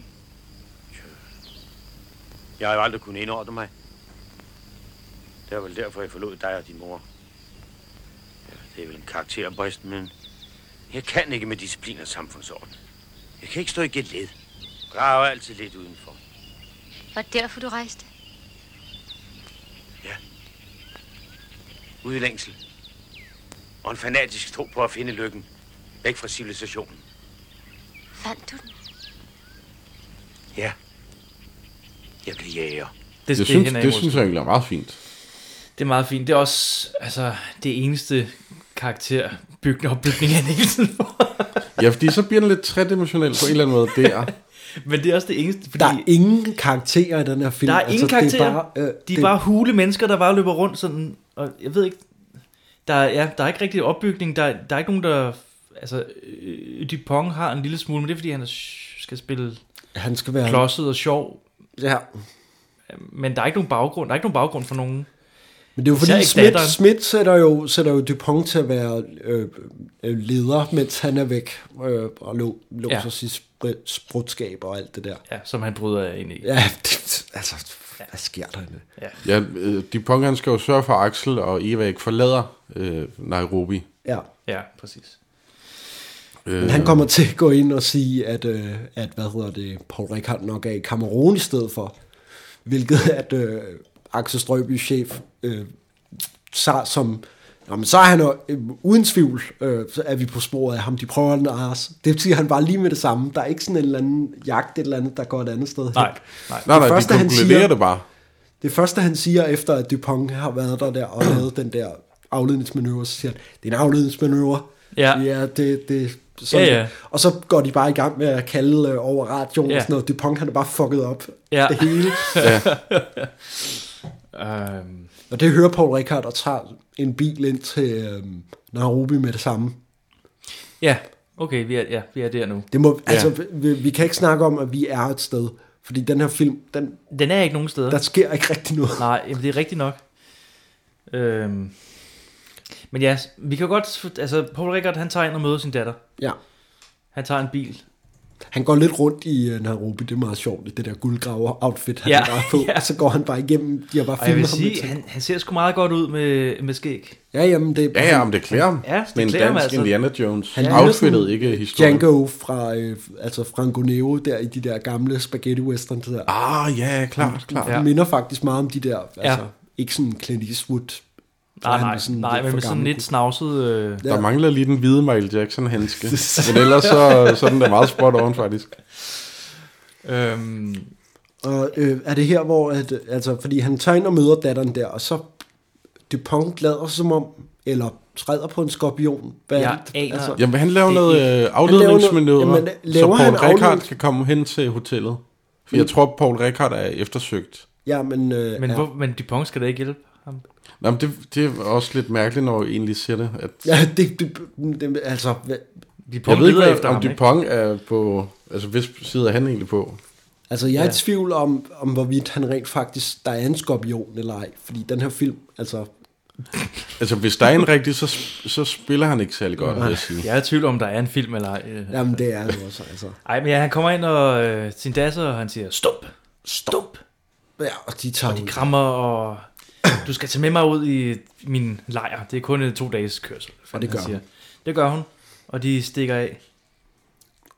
Speaker 10: Jeg har jo aldrig kunnet indordne mig. Det er vel derfor, jeg forlod dig og din mor. Ja, Det er vel en karakterbrist, men jeg kan ikke med disciplin og samfundsorden. Jeg kan ikke stå i et led. Brager altid lidt udenfor.
Speaker 9: Var det derfor, du rejste?
Speaker 10: Ude i længsel. Og en fanatisk tro på at finde lykken. Væk fra civilisationen.
Speaker 9: Fandt du den?
Speaker 10: Ja. Jeg blev jæger.
Speaker 3: Det, det,
Speaker 2: Jeg synes,
Speaker 3: hænder
Speaker 2: det
Speaker 3: imod.
Speaker 2: synes jeg egentlig er meget fint.
Speaker 3: Det er meget fint. Det er også altså, det eneste karakter bygning opbygning, han hele tiden får.
Speaker 2: Ja, fordi så bliver den lidt tredimensionel på en eller anden måde der.
Speaker 3: Men det er også det eneste, fordi
Speaker 4: Der er ingen karakterer i den her film.
Speaker 3: der er ingen
Speaker 4: det
Speaker 3: karakterer.
Speaker 4: øh,
Speaker 3: de er bare hule mennesker, der bare løber rundt sådan, og jeg ved ikke, der er, ja, der er ikke rigtig opbygning, der, er- der er ikke nogen, der, altså, øh, Dupont har en lille smule, men det er fordi, han er, skal spille
Speaker 4: Han skal være...
Speaker 3: klodset og sjov,
Speaker 4: Ja.
Speaker 3: men der er ikke nogen baggrund, der er ikke nogen baggrund for nogen.
Speaker 4: Men det er jo
Speaker 3: Især
Speaker 4: fordi,
Speaker 3: ikke
Speaker 4: Smith,
Speaker 3: datteren.
Speaker 4: Smith sætter, jo, sætter jo Dupont til at være øh, øh, leder, mens han er væk øh, og lå, låser ja.
Speaker 3: Ja.
Speaker 4: sit spr- sprutskab og alt det der.
Speaker 3: Ja, som han bryder ind i. Ja.
Speaker 4: Ja, det, altså, hvad sker der inde?
Speaker 2: Ja, øh, Dupont han skal jo sørge for, at Axel og Eva ikke forlader øh, Nairobi.
Speaker 4: Ja.
Speaker 3: ja, præcis.
Speaker 2: Øh,
Speaker 4: Men han kommer til at gå ind og sige, at, øh, at hvad hedder det, Paul Rickard nok er i Cameroon i stedet for. Hvilket at øh, Axel Strøby chef øh, så, som, jamen, så er han jo, øh, uden tvivl, øh, så er vi på sporet af ham, de prøver den ars. Det siger han bare lige med det samme. Der er ikke sådan en eller anden jagt, et eller andet, der går et andet sted hen.
Speaker 3: Nej, nej.
Speaker 2: Nej, nej,
Speaker 4: første,
Speaker 2: de
Speaker 4: han
Speaker 2: konkluderer
Speaker 4: siger-
Speaker 2: det bare.
Speaker 4: Det første, han siger, efter at Dupont har været der, der og lavet den der afledningsmanøvre, så siger han, det er en afledningsmanøvre.
Speaker 3: Ja.
Speaker 4: ja det, det, sådan.
Speaker 3: Ja, ja.
Speaker 4: Og så går de bare i gang med at kalde øh, over radioen ja.
Speaker 3: Ja.
Speaker 4: og sådan noget. Dupont, han er bare fucket op.
Speaker 3: Ja.
Speaker 4: Det hele.
Speaker 3: Øhm,
Speaker 4: Og det hører Paul Rickard og tager en bil ind til øh, Nairobi med det samme.
Speaker 3: ja, okay, vi er, ja, vi er der nu.
Speaker 4: Det må, ja. altså, vi, vi kan ikke snakke om, at vi er et sted. Fordi den her film, den,
Speaker 3: Den er ikke nogen steder.
Speaker 4: der sker ikke rigtig noget.
Speaker 3: Nej, jamen, det er rigtigt nok. Øhm. Men ja, vi kan godt... Altså, Paul Rickard, han tager ind og møder sin datter.
Speaker 4: Ja.
Speaker 3: Han tager en bil.
Speaker 4: Han går lidt rundt i øh, Nairobi, det er meget sjovt, i det der guldgraver-outfit, han ja,
Speaker 3: Ja,
Speaker 4: er på, ja.
Speaker 3: ja.
Speaker 4: og så går han bare igennem, de har bare
Speaker 3: Og jeg vil
Speaker 4: filmet ham.
Speaker 3: sige,
Speaker 4: Sige, han...
Speaker 3: han, han ser sgu meget godt ud med, med skæg.
Speaker 4: Ja, jamen det er
Speaker 2: Ja, ja, om det klæder ham.
Speaker 3: Ja, det
Speaker 2: Men
Speaker 3: klæder ham
Speaker 2: dansk
Speaker 3: altså.
Speaker 2: Indiana Jones.
Speaker 4: Han
Speaker 2: Han
Speaker 4: ligner
Speaker 2: Outfittet,
Speaker 4: sådan
Speaker 2: ikke historien.
Speaker 4: Django fra, øh, altså Franco Nero, der i de der gamle spaghetti western, det der.
Speaker 2: Ah, ja, klart, klart.
Speaker 4: Ja.
Speaker 3: Ja.
Speaker 4: minder faktisk meget om de der, altså ikke sådan Clint Eastwood. for
Speaker 3: Nej,
Speaker 4: han er
Speaker 3: nej,
Speaker 4: sådan
Speaker 3: nej,
Speaker 4: lidt
Speaker 3: men
Speaker 4: for
Speaker 3: med sådan
Speaker 4: gammel.
Speaker 3: lidt snavset... Øh.
Speaker 2: Der mangler lige den hvide Michael Jackson-handske. Men ellers så, så er den der meget spot on, faktisk.
Speaker 3: Øhm,
Speaker 4: Og øh, er det her, hvor, at, altså, fordi han tager ind og møder datteren der, og så Dupont lader som om, eller træder på en skorpion. Hvad er
Speaker 3: Jeg
Speaker 4: det?
Speaker 3: aner
Speaker 4: altså,
Speaker 2: Jamen, han laver
Speaker 3: Det-
Speaker 2: noget øh,
Speaker 4: Han laver
Speaker 2: afledningsmanøvre,
Speaker 4: noget- jamen,
Speaker 2: så
Speaker 4: laver han
Speaker 2: Paul Rekard
Speaker 4: aflednings- Mm.
Speaker 2: kan komme hen til hotellet. For jeg tror, Paul Rekard er eftersøgt.
Speaker 4: Ja, men, øh,
Speaker 3: men,
Speaker 4: ja.
Speaker 3: hvor, men Dupont skal da ikke hjælpe ham.
Speaker 2: Nå, men det, det er også lidt mærkeligt, når jeg egentlig siger det. At
Speaker 4: Ja, det, det, det altså, hvad-
Speaker 3: Dupont
Speaker 2: jeg ved ikke,
Speaker 3: leder
Speaker 2: hvad,
Speaker 3: efter
Speaker 2: om
Speaker 3: ham, ikke?
Speaker 2: Dupont er på... Altså, hvis side er han egentlig på?
Speaker 4: altså jeg er
Speaker 3: Ja.
Speaker 4: i tvivl om, om hvorvidt han rent faktisk, der er en skorpion eller ej, fordi den her film, altså,
Speaker 2: Altså, hvis der er en rigtig, så, så spiller han ikke særlig godt, vil jeg sige.
Speaker 3: Jeg er i tvivl om, der er en film eller ej. øh.
Speaker 4: jamen det er jo også, altså.
Speaker 3: Ej, men ja, han kommer ind og øh, sin datter, og han siger, stump, stump.
Speaker 4: Ja, og de tager
Speaker 3: Og de
Speaker 4: ud.
Speaker 3: krammer, og du skal tage med mig ud i min lejr. Det er kun en to dages kørsel.
Speaker 4: Og det
Speaker 3: han
Speaker 4: gør hun.
Speaker 3: Det gør hun, og de stikker af.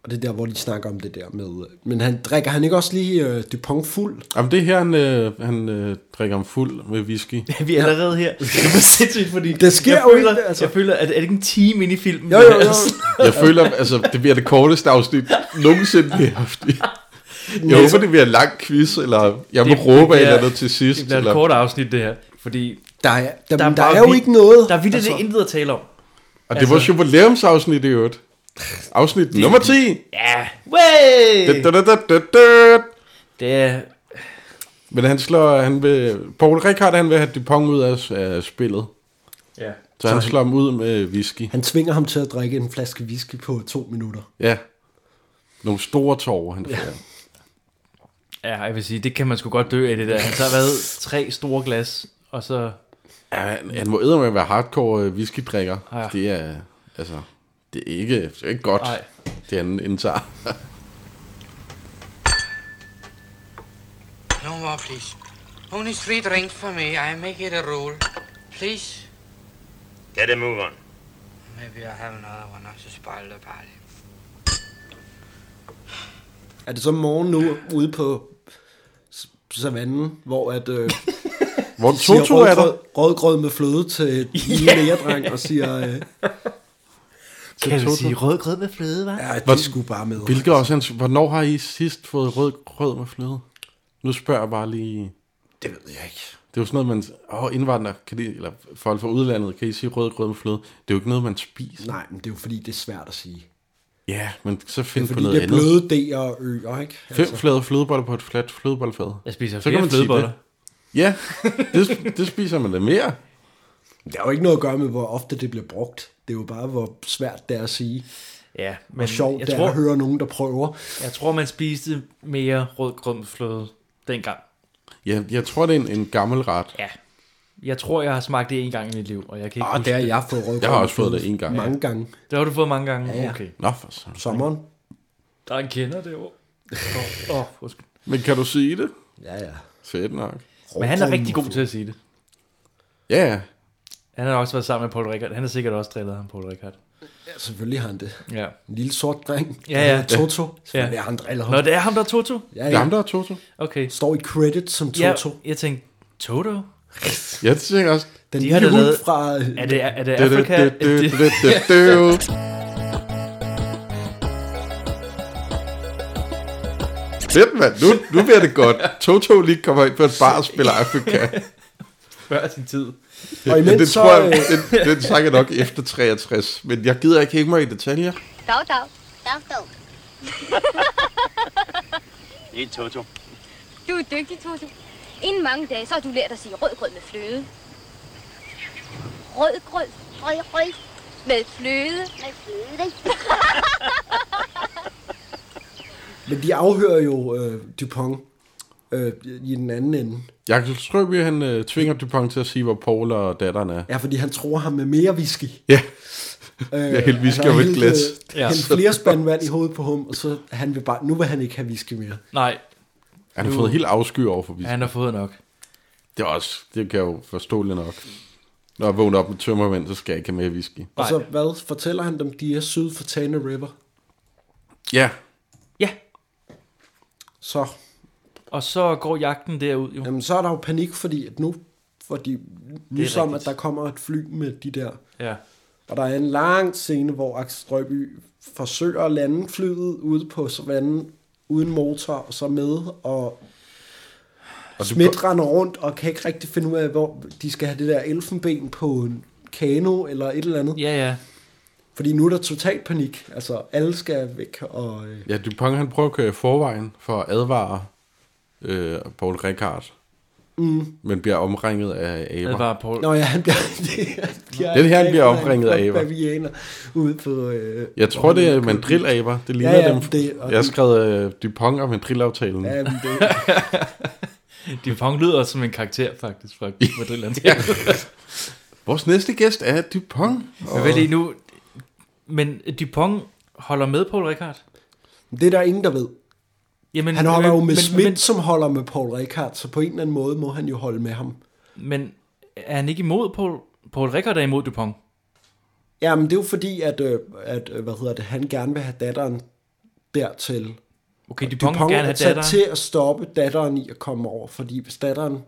Speaker 4: Og det er der, hvor de snakker om det der med, øh, men han drikker han ikke også lige øh, Dupont fuld?
Speaker 2: Jamen, det er her, han, øh, han øh, drikker om fuld med whisky.
Speaker 3: Vi er allerede her. Det er sindssygt, fordi...
Speaker 4: Det sker
Speaker 3: jeg
Speaker 4: jo
Speaker 3: føler,
Speaker 4: ikke, altså.
Speaker 3: Jeg føler, at er det ikke en time inde i filmen?
Speaker 4: Jo, jo, jo.
Speaker 2: Jeg føler, altså, det bliver det korteste afsnit nogensinde, vi har haft. Jeg håber, det bliver en lang quiz, eller jeg må
Speaker 3: Det- det
Speaker 2: råbe af et
Speaker 3: bliver-
Speaker 2: eller andet til sidst.
Speaker 3: Det bliver et
Speaker 2: eller,
Speaker 3: kort afsnit, det her. Fordi
Speaker 4: Der er, der,
Speaker 3: Der
Speaker 4: der,
Speaker 3: er
Speaker 4: der
Speaker 3: bare
Speaker 4: er jo
Speaker 3: vi-
Speaker 4: ikke noget.
Speaker 3: der er vidt, altså,
Speaker 4: altså,
Speaker 3: det er intet at tale om.
Speaker 2: og det var
Speaker 3: altså-
Speaker 2: vores jubilæumsafsnit i øvrigt. Afsnit nummer 10.
Speaker 3: Ja, way!
Speaker 2: Da, da, da, da, da, da.
Speaker 3: Det er...
Speaker 2: Men han slår, han vil, Paul Rickard, han vil have Dupont ud af, af spillet.
Speaker 3: Ja.
Speaker 2: Så han slår ham ud med whisky.
Speaker 4: Han tvinger ham til at drikke en flaske whisky på to minutter.
Speaker 2: Ja. Nogle store tårer, han får. Ja.
Speaker 3: Ja, jeg vil sige, det kan man sgu godt dø af det der. Han tager hvad, tre store glas, og så...
Speaker 2: Ja, han, han må eddermame være hardcore øh, whiskydrikker.
Speaker 3: Ja.
Speaker 2: Ja. Det er, altså, det er ikke, det er ikke godt,
Speaker 3: Ej.
Speaker 2: Ej. det han indtager.
Speaker 11: No more, please. Only three drinks for me. I make it a rule. Please.
Speaker 10: Get a move on.
Speaker 11: Maybe I have another one. I should spoil the party.
Speaker 4: Er det så morgen nu ude på s- savannen, hvor at... Øh,
Speaker 2: Hvor
Speaker 4: de siger
Speaker 2: Toto er der?
Speaker 4: rødgrød- Rødgrød med fløde til den
Speaker 3: Ja.
Speaker 4: lille dreng og siger... Øh, til
Speaker 3: Kan du
Speaker 4: Toto.
Speaker 3: sige rødgrød med fløde, hva'?
Speaker 4: Ja, de
Speaker 2: Hvor-
Speaker 4: skulle bare med.
Speaker 2: Hvilket også, hans, hvornår har I sidst fået rød, rød med fløde? Nu spørger jeg bare lige.
Speaker 4: Det ved jeg ikke.
Speaker 2: Det er jo sådan noget, man... Åh, indvandrere, kan de, eller folk fra udlandet, kan I sige rød grød med fløde? Det er jo ikke noget, man spiser.
Speaker 4: Nej, men det er jo fordi, det er svært at sige.
Speaker 2: Ja, men så
Speaker 4: Det er
Speaker 2: find på
Speaker 4: fordi,
Speaker 2: noget
Speaker 4: det er
Speaker 2: andet.
Speaker 4: bløde D'er og ø'er, ikke? Altså,
Speaker 2: Fem flade flødeboller på et fladt flødebollefad.
Speaker 3: Jeg spiser
Speaker 2: Så kan
Speaker 3: flere
Speaker 2: man sige det.
Speaker 3: flødeboller.
Speaker 2: Ja, det, det spiser man da mere.
Speaker 4: Det har jo ikke noget at gøre med, hvor ofte det bliver brugt. Det er jo bare, hvor svært det er at sige.
Speaker 3: Ja,
Speaker 4: Men
Speaker 2: Mm,
Speaker 4: hvor sjovt
Speaker 3: jeg
Speaker 4: det
Speaker 3: tror,
Speaker 4: er at høre nogen, der prøver.
Speaker 3: Jeg tror, man spiste mere rødgrød med fløde dengang.
Speaker 2: Ja, jeg tror, det er en, en gammel ret.
Speaker 3: Ja. Jeg tror, jeg har smagt det en gang i mit liv, og jeg kan ikke
Speaker 4: Ah,
Speaker 3: huske
Speaker 4: det har jeg fået rødgrød.
Speaker 2: Jeg har
Speaker 4: med
Speaker 2: også fået
Speaker 4: fløde
Speaker 2: det en gang.
Speaker 4: Mange gange.
Speaker 3: Det har du fået mange gange.
Speaker 4: Ja, ja.
Speaker 3: Okay.
Speaker 2: Nå, for sådan.
Speaker 4: Sommeren.
Speaker 3: Der er en kender det ord. Åh, oh, undskyld.
Speaker 2: Men kan du sige det?
Speaker 4: Ja, ja.
Speaker 2: Fedt nok.
Speaker 3: Men han er rigtig god til at sige det.
Speaker 2: Ja, ja.
Speaker 3: Han har også været sammen med Paul Rickard. Han har sikkert også drillet ham, Paul Rickard.
Speaker 4: Ja, selvfølgelig har han det.
Speaker 3: Ja.
Speaker 4: En lille sort dreng.
Speaker 3: Ja, ja.
Speaker 4: der hedder Toto.
Speaker 3: Ja.
Speaker 4: Ja. Det er han driller ham.
Speaker 3: Nå, det er ham, der er Toto?
Speaker 4: Ja,
Speaker 2: Det er
Speaker 4: ja.
Speaker 2: ham, der er Toto.
Speaker 3: Okay.
Speaker 4: Står i credit som Toto.
Speaker 3: Ja, jeg tænkte, Toto?
Speaker 2: Jeg tænker også...
Speaker 4: Den
Speaker 3: De har
Speaker 4: lille
Speaker 3: da
Speaker 4: hund
Speaker 3: lavet-
Speaker 4: fra...
Speaker 3: Er det, er det
Speaker 2: Det, det,
Speaker 3: Afrika?
Speaker 2: det, det, det, det, det. Fedt, mand. Nu, nu bliver det godt. Toto lige kommer ind på et bar og spiller Afrika.
Speaker 3: Før sin tid.
Speaker 4: Og
Speaker 2: Men
Speaker 4: imens
Speaker 2: det
Speaker 4: så...
Speaker 2: tror jeg,
Speaker 4: øh,
Speaker 2: den, den sang er nok efter 63. Men jeg gider ikke hænge mig i detaljer.
Speaker 9: Dag, dag. Dag, dag.
Speaker 10: Hey, Toto.
Speaker 9: Du er dygtig, Tusse. Inden mange dage, så har du lært at sige rødgrød med fløde. Rødgrød. Rød, rød. Med fløde. Med fløde.
Speaker 4: Men de afhører jo øh, Dupont øh, i den anden ende.
Speaker 2: Jakob Strøby, han øh, tvinger Dupont til at sige, hvor Paul og datteren er.
Speaker 4: Ja, fordi han tror ham med mere whisky.
Speaker 2: Ja,
Speaker 4: Øh,
Speaker 2: Jeg hældte whisky over et glas.
Speaker 3: Ja.
Speaker 4: Ja. Hælde flere øh, spand vand i hovedet på ham, og så han vil bare, nu vil han ikke have whisky mere.
Speaker 3: Nej,
Speaker 2: han har fået helt afsky over for whisky.
Speaker 3: han har fået nok.
Speaker 2: Det er også, det kan jeg jo forståeligt nok. Når jeg vågner op med tømmermænd, så skal jeg ikke have mere whisky.
Speaker 4: Og
Speaker 3: Nej.
Speaker 4: så hvad fortæller han dem, de er syd for Tana River.
Speaker 2: Ja,
Speaker 3: Ja,
Speaker 4: Så,
Speaker 3: og så går jagten derud jo.
Speaker 4: jamen, så er der jo panik, fordi at nu får de nys om, at
Speaker 3: rigtigt.
Speaker 4: der kommer et fly med de der.
Speaker 3: Ja.
Speaker 4: Og der er en lang scene, hvor Axel Strøby forsøger at lande flyet ude på savannen uden motor og så med, og
Speaker 2: og du,
Speaker 4: Smidt render rundt og kan ikke rigtig finde ud af, hvor de skal have det der elfenben på en kano eller et eller andet.
Speaker 3: Ja, ja.
Speaker 4: Fordi nu er der total panik. Altså, alle skal væk, og øh,
Speaker 2: ja, Dupont han prøver at køre i forvejen for at advare øh, Paul Ricard. Mm. Men bliver omringet af
Speaker 3: Det
Speaker 2: aber.
Speaker 3: var Paul.
Speaker 4: Nå ja, han bliver... de er,
Speaker 2: Den her bliver opringet af Eva.
Speaker 4: Bavianer ude på... Øh,
Speaker 2: Jeg tror, det er mandrillaber. Det ligner
Speaker 4: Ja, ja,
Speaker 2: dem.
Speaker 4: det- og
Speaker 2: jeg har
Speaker 4: de-
Speaker 2: skrevet øh, Dupont og mandrillaftalen.
Speaker 4: Ja,
Speaker 2: Ja.
Speaker 4: men det,
Speaker 3: Dupont lyder også som en karakter, faktisk, fra Madrid ja.
Speaker 2: Vores næste gæst er Dupont.
Speaker 3: Men vel lige nu... Men Dupont holder med Paul Ricard?
Speaker 4: det er der ingen, der ved.
Speaker 3: Jamen,
Speaker 4: Han holder
Speaker 3: men- øh,
Speaker 4: jo med
Speaker 3: men,
Speaker 4: Smidt, som holder med Paul Ricard, så på en eller anden måde må han jo holde med ham.
Speaker 3: Men, men er han ikke imod Paul? Paul Ricard er imod Dupont.
Speaker 4: Jamen, det er jo fordi, at, øh, at øh, hvad hedder det, han gerne vil have datteren dertil.
Speaker 3: Okay, Dupont,
Speaker 4: Dupont
Speaker 3: vil gerne
Speaker 4: er
Speaker 3: have
Speaker 4: sat
Speaker 3: datteren.
Speaker 4: til at stoppe datteren i at komme over, fordi hvis datteren,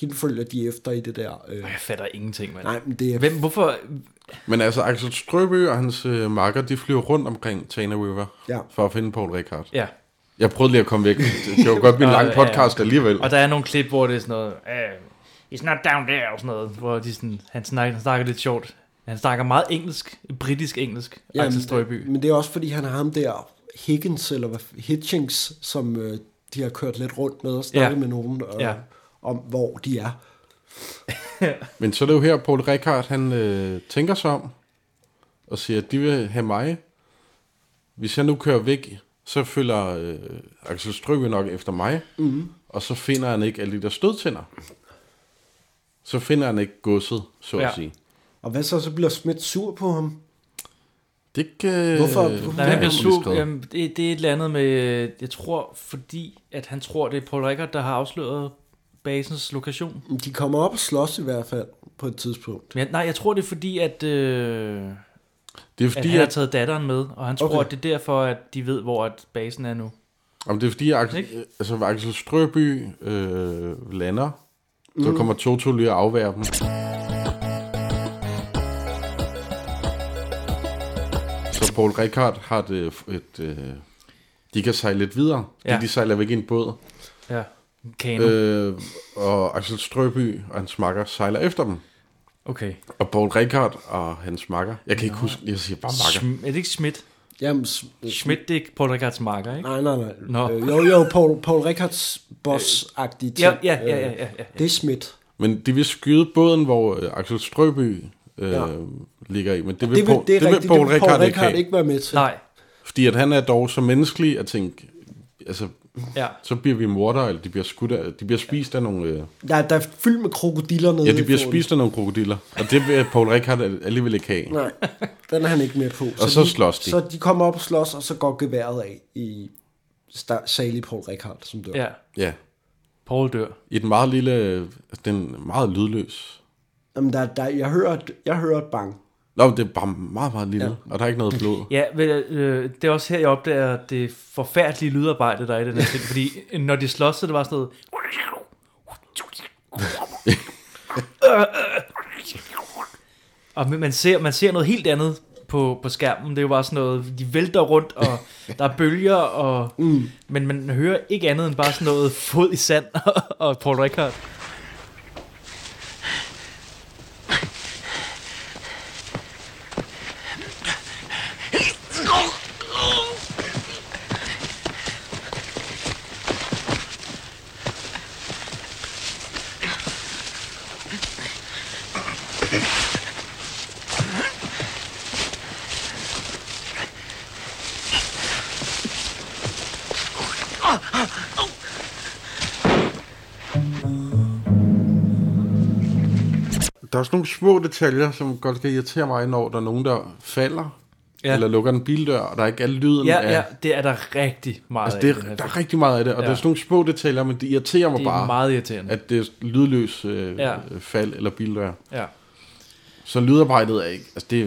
Speaker 4: hende følger de efter i det der... Øh,
Speaker 3: Jeg fatter ingenting, mand.
Speaker 4: nej, men det er...
Speaker 3: Hvem, hvorfor?
Speaker 2: Men altså, Axel Strøby og hans øh, makker, de flyver rundt omkring Tana River
Speaker 4: Ja.
Speaker 2: for at finde Paul Ricard.
Speaker 3: Ja.
Speaker 2: Jeg prøvede lige at komme væk. Det kan jo godt blive en
Speaker 3: Og,
Speaker 2: lang
Speaker 3: ja, ja.
Speaker 2: podcast alligevel.
Speaker 3: Og der er nogle klip, hvor det er sådan noget... Uh, it's not down there, og sådan noget. Hvor de sådan, han, snakker, han snakker lidt sjovt. Han snakker meget engelsk, britisk engelsk,
Speaker 4: Jamen,
Speaker 3: Axel Strøby.
Speaker 4: Men det er også fordi, han har ham der Higgins, eller hvad, Hitchings, som øh, de har kørt lidt rundt med og snakket
Speaker 3: Ja.
Speaker 4: med nogen øh,
Speaker 3: Ja.
Speaker 4: om, hvor de er.
Speaker 2: Men så er det jo her, Paul Rickard, han øh, tænker sig om, og siger, at de vil have mig. Hvis jeg nu kører væk, så følger øh, Axel Strøbe nok efter mig,
Speaker 4: Mhm.
Speaker 2: og så finder han ikke alle de der stødtænder. Så finder han ikke godset, så ja.
Speaker 4: Ja.
Speaker 2: at sige.
Speaker 4: Og hvad så, så bliver Smidt sur på ham?
Speaker 2: Det kan...
Speaker 4: Hvorfor?
Speaker 3: Nej, han bliver sur. Jamen, det, det er et eller andet med, øh, jeg tror, fordi at han tror, det er Paul Rickard, der har afsløret basens lokation.
Speaker 4: De kommer op og slås i hvert fald på et tidspunkt.
Speaker 3: Men jeg, nej, jeg tror, det er fordi, at, øh,
Speaker 2: Det er
Speaker 3: at
Speaker 2: fordi,
Speaker 3: han har
Speaker 2: at-
Speaker 3: taget datteren med, og han tror,
Speaker 2: Okay.
Speaker 3: at det er derfor, at de ved, hvor at basen er nu.
Speaker 2: Jamen, det er fordi, Axel, altså, Axel Strøby øh, lander, mm. så
Speaker 3: Mhm.
Speaker 2: kommer Toto lige og afværger dem. Så Paul Rickard har det, et, øh, de kan sejle lidt videre, ja.
Speaker 3: Ja.
Speaker 2: de, de sejler væk i en båd.
Speaker 3: Ja, en kano.
Speaker 2: Øh, og Axel Strøby og hans makker sejler efter dem.
Speaker 3: Okay.
Speaker 2: Og Paul Rickard og hans makker. Jeg kan ikke huske, jeg siger bare makker.
Speaker 3: Sm- er det ikke Schmidt?
Speaker 4: Jamen,
Speaker 3: Schmidt, det er ikke Paul Rickards marker, ikke?
Speaker 4: Nej, nej, nej.
Speaker 3: Nå.
Speaker 4: Øh, jo, jo, Paul, Paul Rickards boss-agtige ting. Øh,
Speaker 3: ja, ja, ja, ja, ja, ja.
Speaker 4: Det er Smidt.
Speaker 2: Men de vil skyde båden, hvor øh, Axel Strøby øh, ja.
Speaker 4: Ja.
Speaker 2: ligger i. Men det
Speaker 4: Og
Speaker 2: vil,
Speaker 4: det vil-
Speaker 2: Paul,
Speaker 4: det er
Speaker 2: det vil
Speaker 4: rigtigt,
Speaker 2: Paul
Speaker 4: det vil Paul
Speaker 2: Rickard ikke
Speaker 4: Rickard
Speaker 2: have.
Speaker 4: ikke være med til.
Speaker 3: Nej.
Speaker 2: Fordi at han er dog så menneskelig at tænke, altså,
Speaker 3: ja.
Speaker 2: så bliver vi morder, eller de bliver skudt af, de bliver spist af nogle... Øh,
Speaker 4: Der, der er fyldt med krokodiller nede
Speaker 2: ja, de
Speaker 4: i
Speaker 2: bliver
Speaker 4: båden.
Speaker 2: spist af nogle krokodiller. Og det vil Paul Rickard alligevel ikke have.
Speaker 4: Nej, den er han ikke med på.
Speaker 2: Og så slås de.
Speaker 4: Så de kommer op og slås, og så går geværet af i sta- salig Paul Rickard, som dør.
Speaker 3: Ja.
Speaker 2: Ja.
Speaker 3: Paul dør.
Speaker 2: I den meget lille, øh, den meget lydløs.
Speaker 4: Jamen, der, der, jeg, hører, et- jeg hører et bang.
Speaker 2: Nå, men det er bare meget, meget lille, ja. og der er ikke noget blod.
Speaker 3: Ja, vel, øh, det er også her, jeg opdager det forfærdelige lydarbejde, der er i den her film. Fordi når de slås, så er det bare sådan noget... Og man ser, man ser noget helt andet på, på skærmen. Det er jo bare sådan noget, de vælter rundt, og der er bølger, og, mm. men man hører ikke andet end bare sådan noget fod i sand og Paul Rickard.
Speaker 2: Der er også nogle små detaljer, som godt kan irritere mig, når der er nogen, der falder, ja.
Speaker 3: Ja.
Speaker 2: eller lukker en bildør, og der er ikke alle lyden
Speaker 3: Ja,
Speaker 2: af...
Speaker 3: ja, det er der rigtig meget
Speaker 2: Altså,
Speaker 3: af
Speaker 2: det
Speaker 3: i den
Speaker 2: er,
Speaker 3: her
Speaker 2: der
Speaker 3: film.
Speaker 2: er rigtig meget af det, og ja.
Speaker 3: Ja.
Speaker 2: der er sådan nogle små detaljer, men det irriterer mig
Speaker 3: Det er
Speaker 2: bare.
Speaker 3: meget irriterende.
Speaker 2: At det er lydløs øh, ja.
Speaker 3: Ja.
Speaker 2: fald eller bildør.
Speaker 3: Ja.
Speaker 2: Så lydarbejdet er ikke, altså det, er-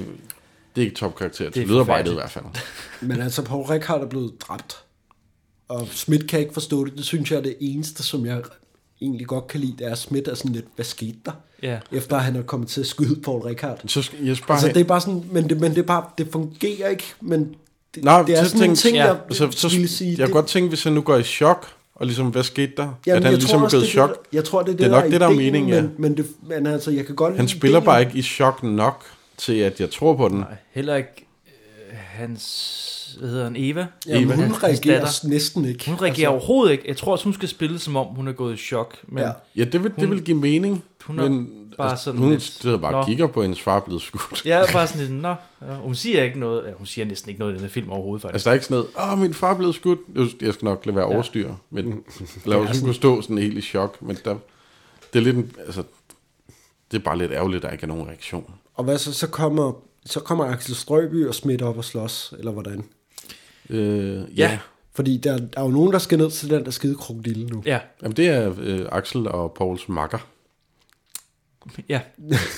Speaker 2: det er ikke topkarakter
Speaker 4: Det
Speaker 2: til
Speaker 4: er
Speaker 2: lydarbejdet i hvert fald.
Speaker 4: forfærdeligt. Men altså, Paul Rickard er blevet dræbt. Og Schmidt kan ikke forstå det. Det synes jeg er det eneste, som jeg egentlig godt kan lide, det er, at Schmidt er sådan lidt, hvad skete der?
Speaker 3: Ja.
Speaker 4: Efter han er kommet til at skyde Paul Rickard.
Speaker 2: Så skal jeg
Speaker 4: altså,
Speaker 2: have-
Speaker 4: det er bare sådan, men det, men det, er bare, det fungerer ikke, men det,
Speaker 2: Nå,
Speaker 4: det er
Speaker 2: så
Speaker 4: sådan en
Speaker 2: tænkte-
Speaker 4: ting, ja. jeg
Speaker 2: så, så,
Speaker 4: ville sige.
Speaker 2: jeg kunne
Speaker 4: det-
Speaker 2: godt tænke, hvis han nu går i chok, og ligesom, hvad skete der? Jamen, at
Speaker 4: Jamen,
Speaker 2: han
Speaker 4: jeg
Speaker 2: ligesom
Speaker 4: tror
Speaker 2: er
Speaker 4: også,
Speaker 2: blevet i
Speaker 4: det
Speaker 2: chok.
Speaker 4: det, der- jeg tror, det er det,
Speaker 2: det er nok
Speaker 4: der
Speaker 2: det, der er
Speaker 4: ideen,
Speaker 2: meningen, ja.
Speaker 4: Men, men, det, men altså, jeg kan godt
Speaker 2: Han
Speaker 4: lide
Speaker 2: spiller
Speaker 4: ideen.
Speaker 2: bare ikke i chok nok til, at jeg tror på den. Nej.
Speaker 3: Heller ikke øh, hans, hvad hedder han, Eva?
Speaker 4: Jamen, hun
Speaker 3: Hans- hans
Speaker 4: reagerer
Speaker 3: datter.
Speaker 4: næsten ikke.
Speaker 3: Hun reagerer
Speaker 4: Altså-
Speaker 3: altså. overhovedet ikke. Jeg tror også, hun skal spille, som om hun er gået i chok. Men
Speaker 4: Ja.
Speaker 2: Ja, det vil, det vil give mening. altså,
Speaker 3: Hun er men, bare sådan
Speaker 2: hun
Speaker 3: lidt-
Speaker 2: sidder bare
Speaker 3: Nå.
Speaker 2: og kigger på, at hendes far er blevet skudt.
Speaker 3: Ja, bare sådan lidt, nå. Ja, hun siger ikke noget. Ja, hun siger næsten ikke noget i den her film overhovedet, faktisk.
Speaker 2: Altså, der er ikke sådan noget, åh, min far er blevet skudt. Jeg- Jeg skal nok lade være
Speaker 3: Ja.
Speaker 2: overstyr, men
Speaker 3: Ja,
Speaker 2: lad os
Speaker 3: sådan-
Speaker 2: kunne stå sådan helt i chok. Men der, det er lidt en, altså, det er bare lidt ærgerligt, at der ikke er nogen reaktion.
Speaker 4: Og hvad så, så kommer, så kommer Axel Strøby og smitter op og slås, eller hvordan?
Speaker 2: Øh, ja.
Speaker 4: Fordi der, der er jo nogen, der skal ned til den der skide krokodille nu.
Speaker 3: Ja.
Speaker 2: Jamen, det er øh, Axel og Pauls makker.
Speaker 3: Ja.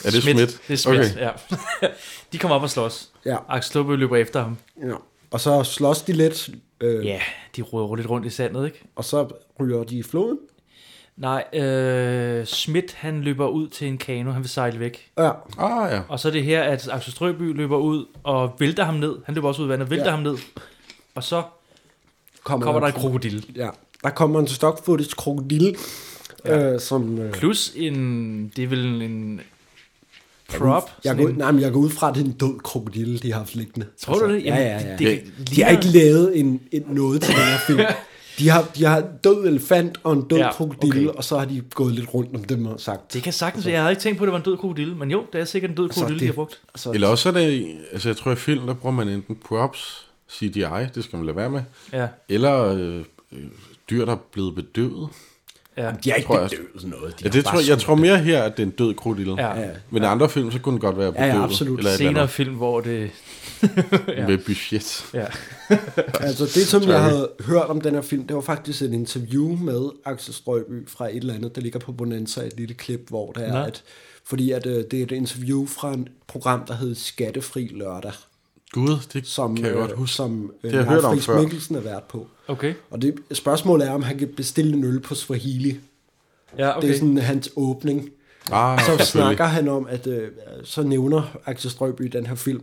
Speaker 2: Er det Schmidt?
Speaker 3: Det er Schmidt,
Speaker 2: Okay.
Speaker 3: okay. ja. De kommer op og slås.
Speaker 4: Ja.
Speaker 3: Axel Sluppe løber efter ham.
Speaker 4: Ja. Og så slås de lidt. Øh,
Speaker 3: Ja, de roder lidt rundt i sandet, ikke?
Speaker 4: Og så ryger de i floden.
Speaker 3: Nej, øh, Schmidt han løber ud til en kano, han vil sejle væk.
Speaker 4: Ja.
Speaker 2: Ah, ja.
Speaker 3: Og så er det her, at Axel Strøby løber ud og vælter ham ned. Han løber også ud i vandet og vælter
Speaker 4: Ja.
Speaker 3: ja. ham ned. Og så kommer, kommer der en krokodille.
Speaker 4: Ja, der kommer en stock footage krokodille, ja. øh, som... Øh,
Speaker 3: Plus en, det er vel en prop?
Speaker 4: Jeg
Speaker 3: sådan
Speaker 4: går,
Speaker 3: en-
Speaker 4: nej, men jeg går ud fra, at det er en død krokodille, de har haft liggende.
Speaker 3: Tror du det?
Speaker 4: Ja,
Speaker 3: Jamen,
Speaker 4: ja, ja.
Speaker 3: det- det
Speaker 4: de
Speaker 3: ligner-
Speaker 4: har ikke lavet en, en noget til den her film. De har, de har en død elefant og en død
Speaker 3: Ja,
Speaker 4: ja, krokodille, okay. og så har de gået lidt rundt om dem og sagt...
Speaker 3: Det kan sagtens være. Jeg havde ikke tænkt på, at det var en død krokodille, men jo, det er sikkert en
Speaker 4: Altså,
Speaker 3: død krokodille, de har brugt.
Speaker 2: Eller også er det, altså jeg tror i film, der bruger man enten props, CGI, det skal man lade være med,
Speaker 3: Ja.
Speaker 2: eller øh, øh, dyr, der er blevet bedøvet.
Speaker 3: Ja.
Speaker 4: De er ikke
Speaker 2: Tror jeg også.
Speaker 4: bedøvet sådan noget. De
Speaker 2: ja,
Speaker 4: har
Speaker 2: det
Speaker 4: bare
Speaker 2: tror, jeg- jeg
Speaker 4: skudt
Speaker 2: tror mere her, at det er en død krokodille.
Speaker 3: Ja. Ja.
Speaker 2: Men i andre film, så kunne den godt være bedøvet. Eller et eller
Speaker 3: Senere
Speaker 2: andet.
Speaker 3: film, hvor det... ja.
Speaker 2: Med budget.
Speaker 3: Ja.
Speaker 4: Altså det, som
Speaker 2: Sorry.
Speaker 4: jeg havde hørt om den her film, det var faktisk et interview med Axel Strøby fra et eller andet, der ligger på Bonanza, et lille klip, hvor der er,
Speaker 3: Nå.
Speaker 4: at, fordi at, øh, det er et interview fra et program, der hedder Skattefri Lørdag.
Speaker 2: Gud, det
Speaker 4: som,
Speaker 2: kan jeg godt
Speaker 4: øh,
Speaker 2: huske.
Speaker 4: Som
Speaker 2: Det
Speaker 4: øh,
Speaker 2: har jeg hørt om
Speaker 4: Lars
Speaker 2: før.
Speaker 4: Friis Mikkelsen er vært på.
Speaker 3: Okay.
Speaker 4: Og det, spørgsmålet er, om han kan bestille en øl på Swahili.
Speaker 3: Ja, okay.
Speaker 4: Det er sådan hans åbning.
Speaker 2: Ah,
Speaker 4: Og så
Speaker 2: selvfølgelig.
Speaker 4: snakker han om, at øh, så nævner Axel Strøby den her film.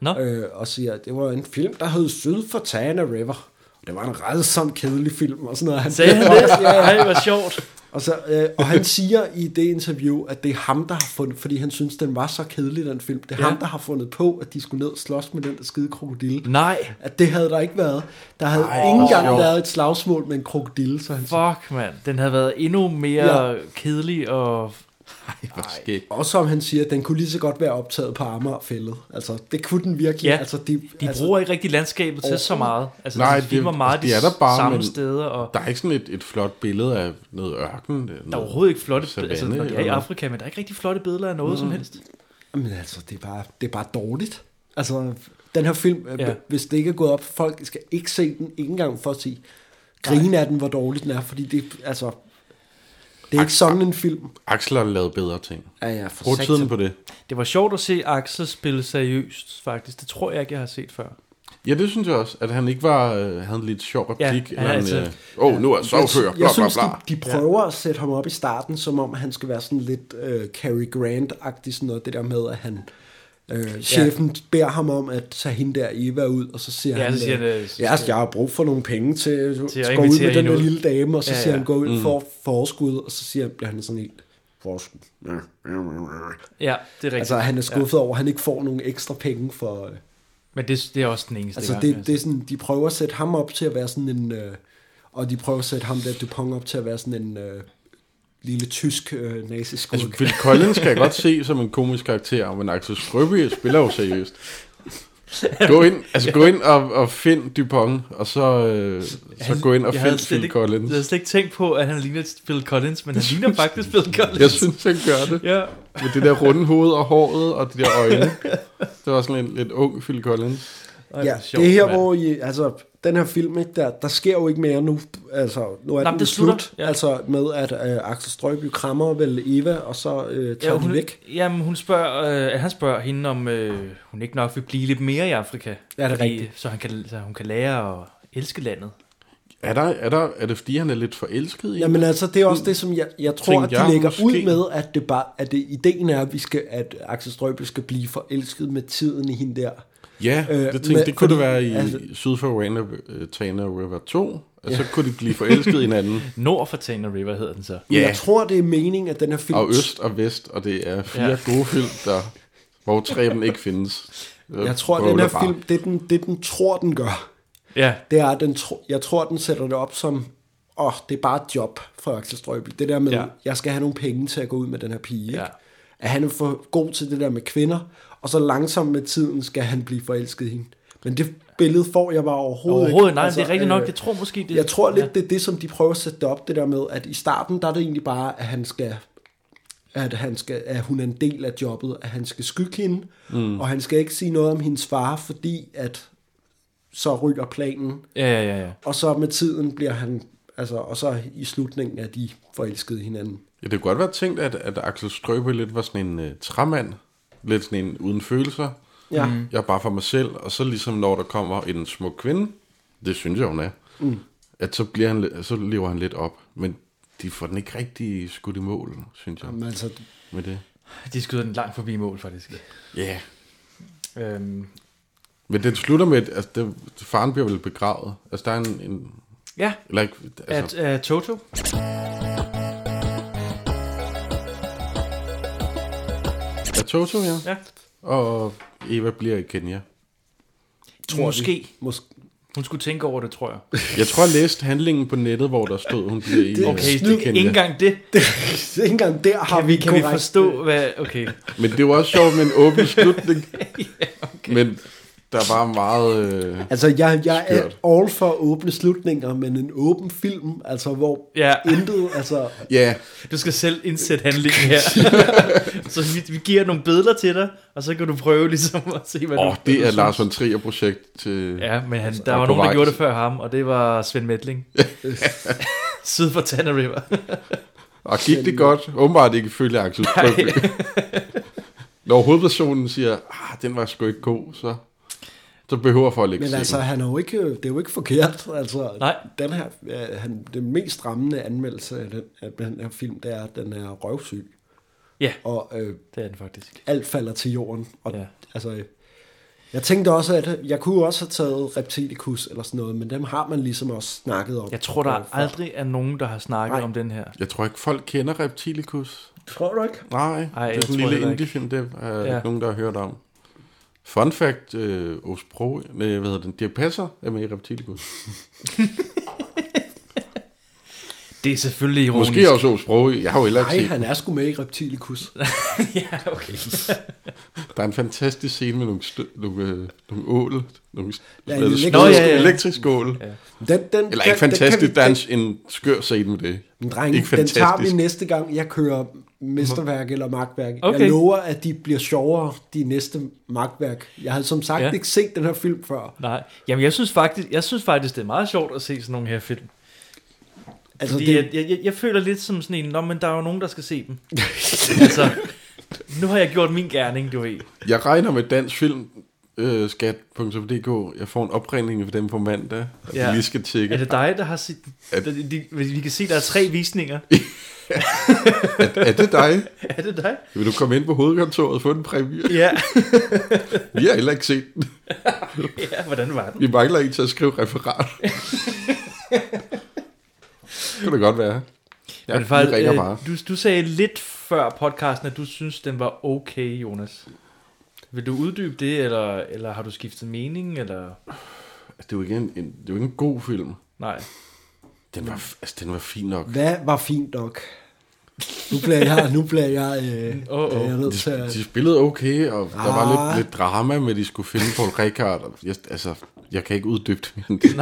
Speaker 3: Nå.
Speaker 4: Øh, og siger, at det var en film, der hed Syd for Tana River. Det var en redsom kedelig film og sådan noget. Han
Speaker 3: Sagde han det? Ej, hvor sjovt.
Speaker 4: Og, så, øh, og han siger i det interview, at det er ham, der har fundet, fordi han synes, den var så kedelig, den film. Det er
Speaker 3: Ja.
Speaker 4: ja. ham, der har fundet på, at de skulle ned og slås med den der skide krokodille.
Speaker 3: Nej.
Speaker 4: At det havde der ikke været. Der havde
Speaker 3: Ej,
Speaker 4: Ej, ikke
Speaker 3: hvor
Speaker 4: engang
Speaker 3: sjovt.
Speaker 4: været et slagsmål med en krokodille, så han
Speaker 3: Fuck, mand. Den havde været endnu mere ja. kedelig og...
Speaker 2: Ej,
Speaker 4: Og som han siger, den kunne lige så godt være optaget på Amager fældet. Altså, det kunne den virkelig.
Speaker 3: Ja,
Speaker 4: altså, de,
Speaker 3: de
Speaker 4: altså,
Speaker 3: bruger ikke rigtig landskabet til så
Speaker 4: Overhovedet.
Speaker 3: meget. Altså,
Speaker 2: Nej,
Speaker 3: de filmer meget de,
Speaker 2: det er der bare,
Speaker 3: samme
Speaker 2: men
Speaker 3: steder. Og
Speaker 2: Der er ikke sådan et, et flot billede af noget ørken. Der
Speaker 3: der er overhovedet ikke flotte...
Speaker 2: savanne,
Speaker 3: altså, når de er i
Speaker 2: eller-
Speaker 3: Afrika, men der er ikke rigtig flotte billeder af noget mm. som helst.
Speaker 4: Jamen, altså, det er bare, det er bare dårligt. Altså, den her film,
Speaker 3: Ja.
Speaker 4: ja. hvis det ikke er gået op, folk skal ikke se den, ikke engang for at sige, grine af den, hvor dårlig den er, fordi det, altså, det er ikke sådan en film.
Speaker 2: Axel har lavet bedre ting.
Speaker 4: Ja, ja, for
Speaker 2: Brug
Speaker 4: satan.
Speaker 2: tiden på det.
Speaker 3: Det var sjovt at se Axel spille seriøst, faktisk. Det tror jeg ikke, jeg har set før.
Speaker 2: Ja, det synes jeg også, at han ikke var, øh, havde en lidt sjov
Speaker 3: Ja, altså,
Speaker 2: replik.
Speaker 3: han
Speaker 2: Ja, eller
Speaker 3: er
Speaker 2: han,
Speaker 3: altid-
Speaker 2: øh, åh, oh, nu er jeg sovfører,
Speaker 4: jeg,
Speaker 2: bla
Speaker 4: jeg
Speaker 2: bla
Speaker 4: synes,
Speaker 2: bla.
Speaker 4: De, de prøver ja. at sætte ham op i starten, som om han skal være sådan lidt øh, Cary Grant-agtig, sådan noget, det der med, at han... Øh, chefen ja. beder ham om at tage hende der Eva ud, og så siger
Speaker 3: Ja,
Speaker 4: han,
Speaker 3: så siger
Speaker 4: øh,
Speaker 3: han, øh, så
Speaker 4: ja,
Speaker 3: skal-
Speaker 4: jeg har brug for nogle penge til, til at gå ud
Speaker 3: invitere
Speaker 4: med den
Speaker 3: hende
Speaker 4: der
Speaker 3: ud."
Speaker 4: lille dame, og så
Speaker 3: Ja,
Speaker 4: ja, siger
Speaker 3: ja.
Speaker 4: han, gå ud
Speaker 3: Mm.
Speaker 4: mm. for forskud, og så siger, bliver han sådan helt forskud.
Speaker 3: Ja, det er rigtigt.
Speaker 4: Altså, han er
Speaker 3: Ja.
Speaker 4: skuffet ja. over, at han ikke får nogle ekstra penge for... Øh,
Speaker 3: Men det, det er også den eneste
Speaker 4: Altså,
Speaker 3: gang.
Speaker 4: det, det er sådan, de prøver at sætte ham op til at være sådan en... Øh, og de prøver at sætte ham der Dupont op til at være sådan en øh, lille tysk øh, naziskurk.
Speaker 2: Altså, Phil Collins kan jeg godt se som en komisk karakter, men Axel Strøby spiller jo seriøst. Gå ind, altså gå ind og, og find Dupont, og så, øh, så gå ind og
Speaker 3: Jeg havde
Speaker 2: find
Speaker 3: slet
Speaker 2: Phil
Speaker 3: ikke-
Speaker 2: Collins.
Speaker 3: Jeg havde slet ikke tænkt på, at han ligner Phil Collins, men han ligner faktisk Phil Collins.
Speaker 2: Jeg synes, han gør det.
Speaker 3: Ja.
Speaker 2: Med det der runde hoved og håret og de der øjne. Det var sådan en lidt ung Phil Collins.
Speaker 3: Ej,
Speaker 4: ja,
Speaker 3: hvor
Speaker 4: det er her,
Speaker 3: mand.
Speaker 4: hvor I, altså, den her film, ikke, der, der sker jo ikke mere nu. Altså, nu er
Speaker 3: Nej,
Speaker 4: Nej,
Speaker 3: men
Speaker 4: den
Speaker 3: det
Speaker 4: det
Speaker 3: slutter.
Speaker 4: slut. Ja. Altså, med at øh, Axel Strøby krammer vel Eva, og så øh, tager
Speaker 3: Ja,
Speaker 4: ja, hun...
Speaker 3: hun,
Speaker 4: de væk.
Speaker 3: Jamen, hun spørger, øh, han spørger hende, om øh, hun ikke nok vil blive lidt mere i Afrika.
Speaker 4: Ja, det er
Speaker 3: fordi-
Speaker 4: rigtigt.
Speaker 3: Så, han kan, så hun kan lære at elske landet.
Speaker 2: Er, der, er, der, er det fordi, han er lidt forelsket i hende?
Speaker 4: Jamen altså, det er også det, som jeg, jeg tror,
Speaker 2: Tænkte
Speaker 4: at de
Speaker 2: jeg
Speaker 4: lægger
Speaker 2: måske.
Speaker 4: ud med, at, det bare, at det, ideen er, at, vi skal, at Axel Strøby skal blive forelsket med tiden i hende der.
Speaker 2: Ja, øh,
Speaker 4: Øh,
Speaker 2: det, tænkte,
Speaker 4: men-
Speaker 2: det kunne det
Speaker 4: fordi-
Speaker 2: være i altså,
Speaker 4: altså-
Speaker 2: syd for Rana, uh, Tana River 2, og så kunne de blive forelsket i hinanden.
Speaker 3: Nord for Tana River hedder den så.
Speaker 4: Men
Speaker 2: Ja.
Speaker 4: Jeg tror, det er meningen, at den her film...
Speaker 2: Og øst og vest, og det er fire
Speaker 3: Ja.
Speaker 2: ja. gode film, der, hvor træben ikke findes. Øh,
Speaker 4: Jeg tror, at den
Speaker 2: prøver
Speaker 4: her
Speaker 2: bare.
Speaker 4: film, det den, det den tror, den gør,
Speaker 3: Ja,
Speaker 4: det er, at den tro, jeg tror, den sætter det op som, åh, oh, det er bare et job for Axel Strøby. Det der med,
Speaker 3: Ja.
Speaker 4: ja. jeg skal have nogle penge til at gå ud med den her pige.
Speaker 3: Ja.
Speaker 4: Ikke? At han er for god til det der med kvinder, og så langsomt med tiden skal han blive forelsket i hende. Men det billede får jeg bare overhovedet,
Speaker 3: overhovedet.
Speaker 4: ikke. øh,
Speaker 3: Nej, altså, det er rigtigt nok. Jeg tror måske, det
Speaker 4: Jeg tror lidt,
Speaker 3: Ja.
Speaker 4: det er det, som de prøver at sætte det op, det der med, at i starten, der er det egentlig bare, at han skal at, han skal, at hun er en del af jobbet, at han skal skygge hende, mm. og han skal ikke sige noget om hendes far, fordi at så ryger planen,
Speaker 3: Ja, ja, ja. ja.
Speaker 4: og så med tiden bliver han, altså, og så i slutningen er de forelskede hinanden.
Speaker 2: Ja, det kunne godt være tænkt, at, at Axel Strøbe lidt var sådan en uh, træmand. Lidt sådan en uden følelser.
Speaker 4: Ja. Mm.
Speaker 2: Jeg er bare for mig selv. Og så ligesom når der kommer en smuk kvinde, det synes jeg, hun er, mm. at så, bliver han, li- så lever han lidt op. Men de får den ikke rigtig skudt i mål, synes jeg,
Speaker 4: Men altså,
Speaker 2: med det.
Speaker 3: De skyder den langt forbi mål, faktisk.
Speaker 2: Ja. Yeah.
Speaker 3: Øhm,
Speaker 2: Men den slutter med, at altså, det, faren bliver vel begravet. Altså, der er en... en
Speaker 3: ja,
Speaker 2: eller ikke, altså,
Speaker 3: at uh, Toto.
Speaker 2: at, er Toto, ja.
Speaker 3: Ja.
Speaker 2: Og Eva bliver i Kenya.
Speaker 3: Tror måske.
Speaker 4: måske
Speaker 3: Hun skulle tænke over det, tror jeg.
Speaker 2: Jeg tror, jeg læste handlingen på nettet, hvor der stod, hun bliver enige.
Speaker 3: Okay, det, ikke engang det.
Speaker 4: Ikke engang der har
Speaker 3: Kan vi,
Speaker 4: vi
Speaker 3: kan vi
Speaker 4: korrekt-
Speaker 3: forstå, hvad... Okay.
Speaker 2: Men det var også sjovt med en åben slutning. Men der var meget... Øh,
Speaker 4: Altså, jeg, jeg er
Speaker 2: Skørt.
Speaker 4: all for åbne slutninger, men en åben film, altså, hvor
Speaker 3: Ja.
Speaker 4: intet, altså...
Speaker 2: ja,
Speaker 3: Du skal selv indsætte handlingen her. så vi, vi giver nogle billeder til dig, og så kan du prøve ligesom at se, hvad
Speaker 2: åh,
Speaker 3: du...
Speaker 2: det
Speaker 3: hvad
Speaker 2: er
Speaker 3: du
Speaker 2: Lars
Speaker 3: synes.
Speaker 2: von Trier projekt til...
Speaker 3: Ja, men han, der
Speaker 2: er på
Speaker 3: var nogen, der
Speaker 2: vej.
Speaker 3: gjorde det før ham, og det var Svend Medling. Syd for Tanner River.
Speaker 2: Og gik det godt? Åbenbart ikke følge Axel Strøby. Når hovedpersonen siger, ah, den var sgu ikke god, så, så behøver folk ikke
Speaker 4: Men
Speaker 2: se
Speaker 4: altså,
Speaker 2: den.
Speaker 4: han er jo ikke, det er jo ikke forkert. Altså,
Speaker 3: Nej.
Speaker 4: Den her, øh, han, den mest rammende anmeldelse af den, af den her film, det er, at den er røvsyg.
Speaker 3: Ja.
Speaker 4: Og øh,
Speaker 3: det er den faktisk.
Speaker 4: alt falder til jorden. Og,
Speaker 3: Ja.
Speaker 4: ja. altså, øh, jeg tænkte også, at jeg kunne også have taget Reptilicus eller sådan noget, men dem har man ligesom også snakket om.
Speaker 3: Jeg tror, der
Speaker 4: øh, før.
Speaker 3: aldrig er nogen, der har snakket
Speaker 4: Nej.
Speaker 3: om den her.
Speaker 2: Jeg tror ikke, folk kender Reptilicus.
Speaker 4: Tror du ikke?
Speaker 2: Nej, Ej, det
Speaker 3: jeg
Speaker 2: er sådan
Speaker 3: tror
Speaker 2: en lille
Speaker 3: heller ikke.
Speaker 2: indie-film, det er
Speaker 3: Ja.
Speaker 2: ja. nogen, der har hørt om. Fun fact, øh, Osbro, nej, hvad hedder den, Dirk Passer er med i Reptilicus.
Speaker 3: Det er selvfølgelig ironisk.
Speaker 2: Måske også Osbro, jeg har jo heller ikke
Speaker 4: Nej,
Speaker 2: set
Speaker 4: han er sgu med i Reptilicus.
Speaker 3: ja, okay.
Speaker 2: Der er en fantastisk scene med nogle, stø- nogle, øh, nogle ål, nogle
Speaker 4: Ja,
Speaker 2: ja,
Speaker 4: en
Speaker 2: nogle elektrisk,
Speaker 4: elektrisk-
Speaker 3: Nå, ja, ja.
Speaker 2: elektrisk ål. Ja.
Speaker 4: Den, den,
Speaker 2: Eller
Speaker 4: den-
Speaker 2: ikke fantastisk,
Speaker 4: den, kan vi-
Speaker 2: der er en, en skør scene med det.
Speaker 4: Men drenge,
Speaker 2: ikke
Speaker 4: den
Speaker 2: fantastisk.
Speaker 4: tager vi næste gang, jeg kører mesterværk eller magtværk. Okay.
Speaker 3: Okay.
Speaker 4: Jeg lover, at de bliver sjovere, de næste magtværk. Jeg havde som sagt
Speaker 3: Ja.
Speaker 4: ja. ikke set den her film før.
Speaker 3: Nej. Jamen, jeg synes, faktisk, jeg synes faktisk, det er meget sjovt at se sådan nogle her film.
Speaker 4: Altså,
Speaker 3: Fordi
Speaker 4: det,
Speaker 3: jeg, jeg, jeg, jeg føler lidt som sådan en, Nå, men der er jo nogen, der skal se dem. altså, nu har jeg gjort min gerning, du ved.
Speaker 2: Jeg regner med øh, dansfilmskat.dk. Jeg får en opringning for dem på mandag, at
Speaker 3: Ja.
Speaker 2: ja. vi lige skal tjekke,
Speaker 3: Er det dig, der har set...
Speaker 2: At-
Speaker 3: De, de, vi kan se, der er tre visninger.
Speaker 2: er det dig?
Speaker 3: er det dig?
Speaker 2: Vil du komme ind på hovedkontoret og få en præmie?
Speaker 3: Ja.
Speaker 2: Vi har heller ikke set den.
Speaker 3: ja, hvordan var den?
Speaker 2: Vi mangler en til at skrive referat. det kunne det godt være. Ja,
Speaker 3: Men
Speaker 2: vi
Speaker 3: faktisk,
Speaker 2: ringer
Speaker 3: øh,
Speaker 2: bare.
Speaker 3: Du, du sagde lidt før podcasten, at du synes, den var okay, Jonas. Vil du uddybe det, eller, eller har du skiftet mening, eller...
Speaker 2: Det er jo ikke en, en, det er jo ikke en god film.
Speaker 3: Nej.
Speaker 2: Den var, altså, den var fin nok.
Speaker 4: hvad var fint nok? Nu bliver jeg, nu bliver jeg, øh,
Speaker 3: Åh, åh.
Speaker 4: jeg er nødt til
Speaker 2: De,
Speaker 4: at,
Speaker 2: de spillede okay, og der var
Speaker 4: Ah.
Speaker 2: lidt, lidt drama med, at de skulle finde Paul Ricard. Og jeg, altså, jeg kan ikke uddybe det mere end det.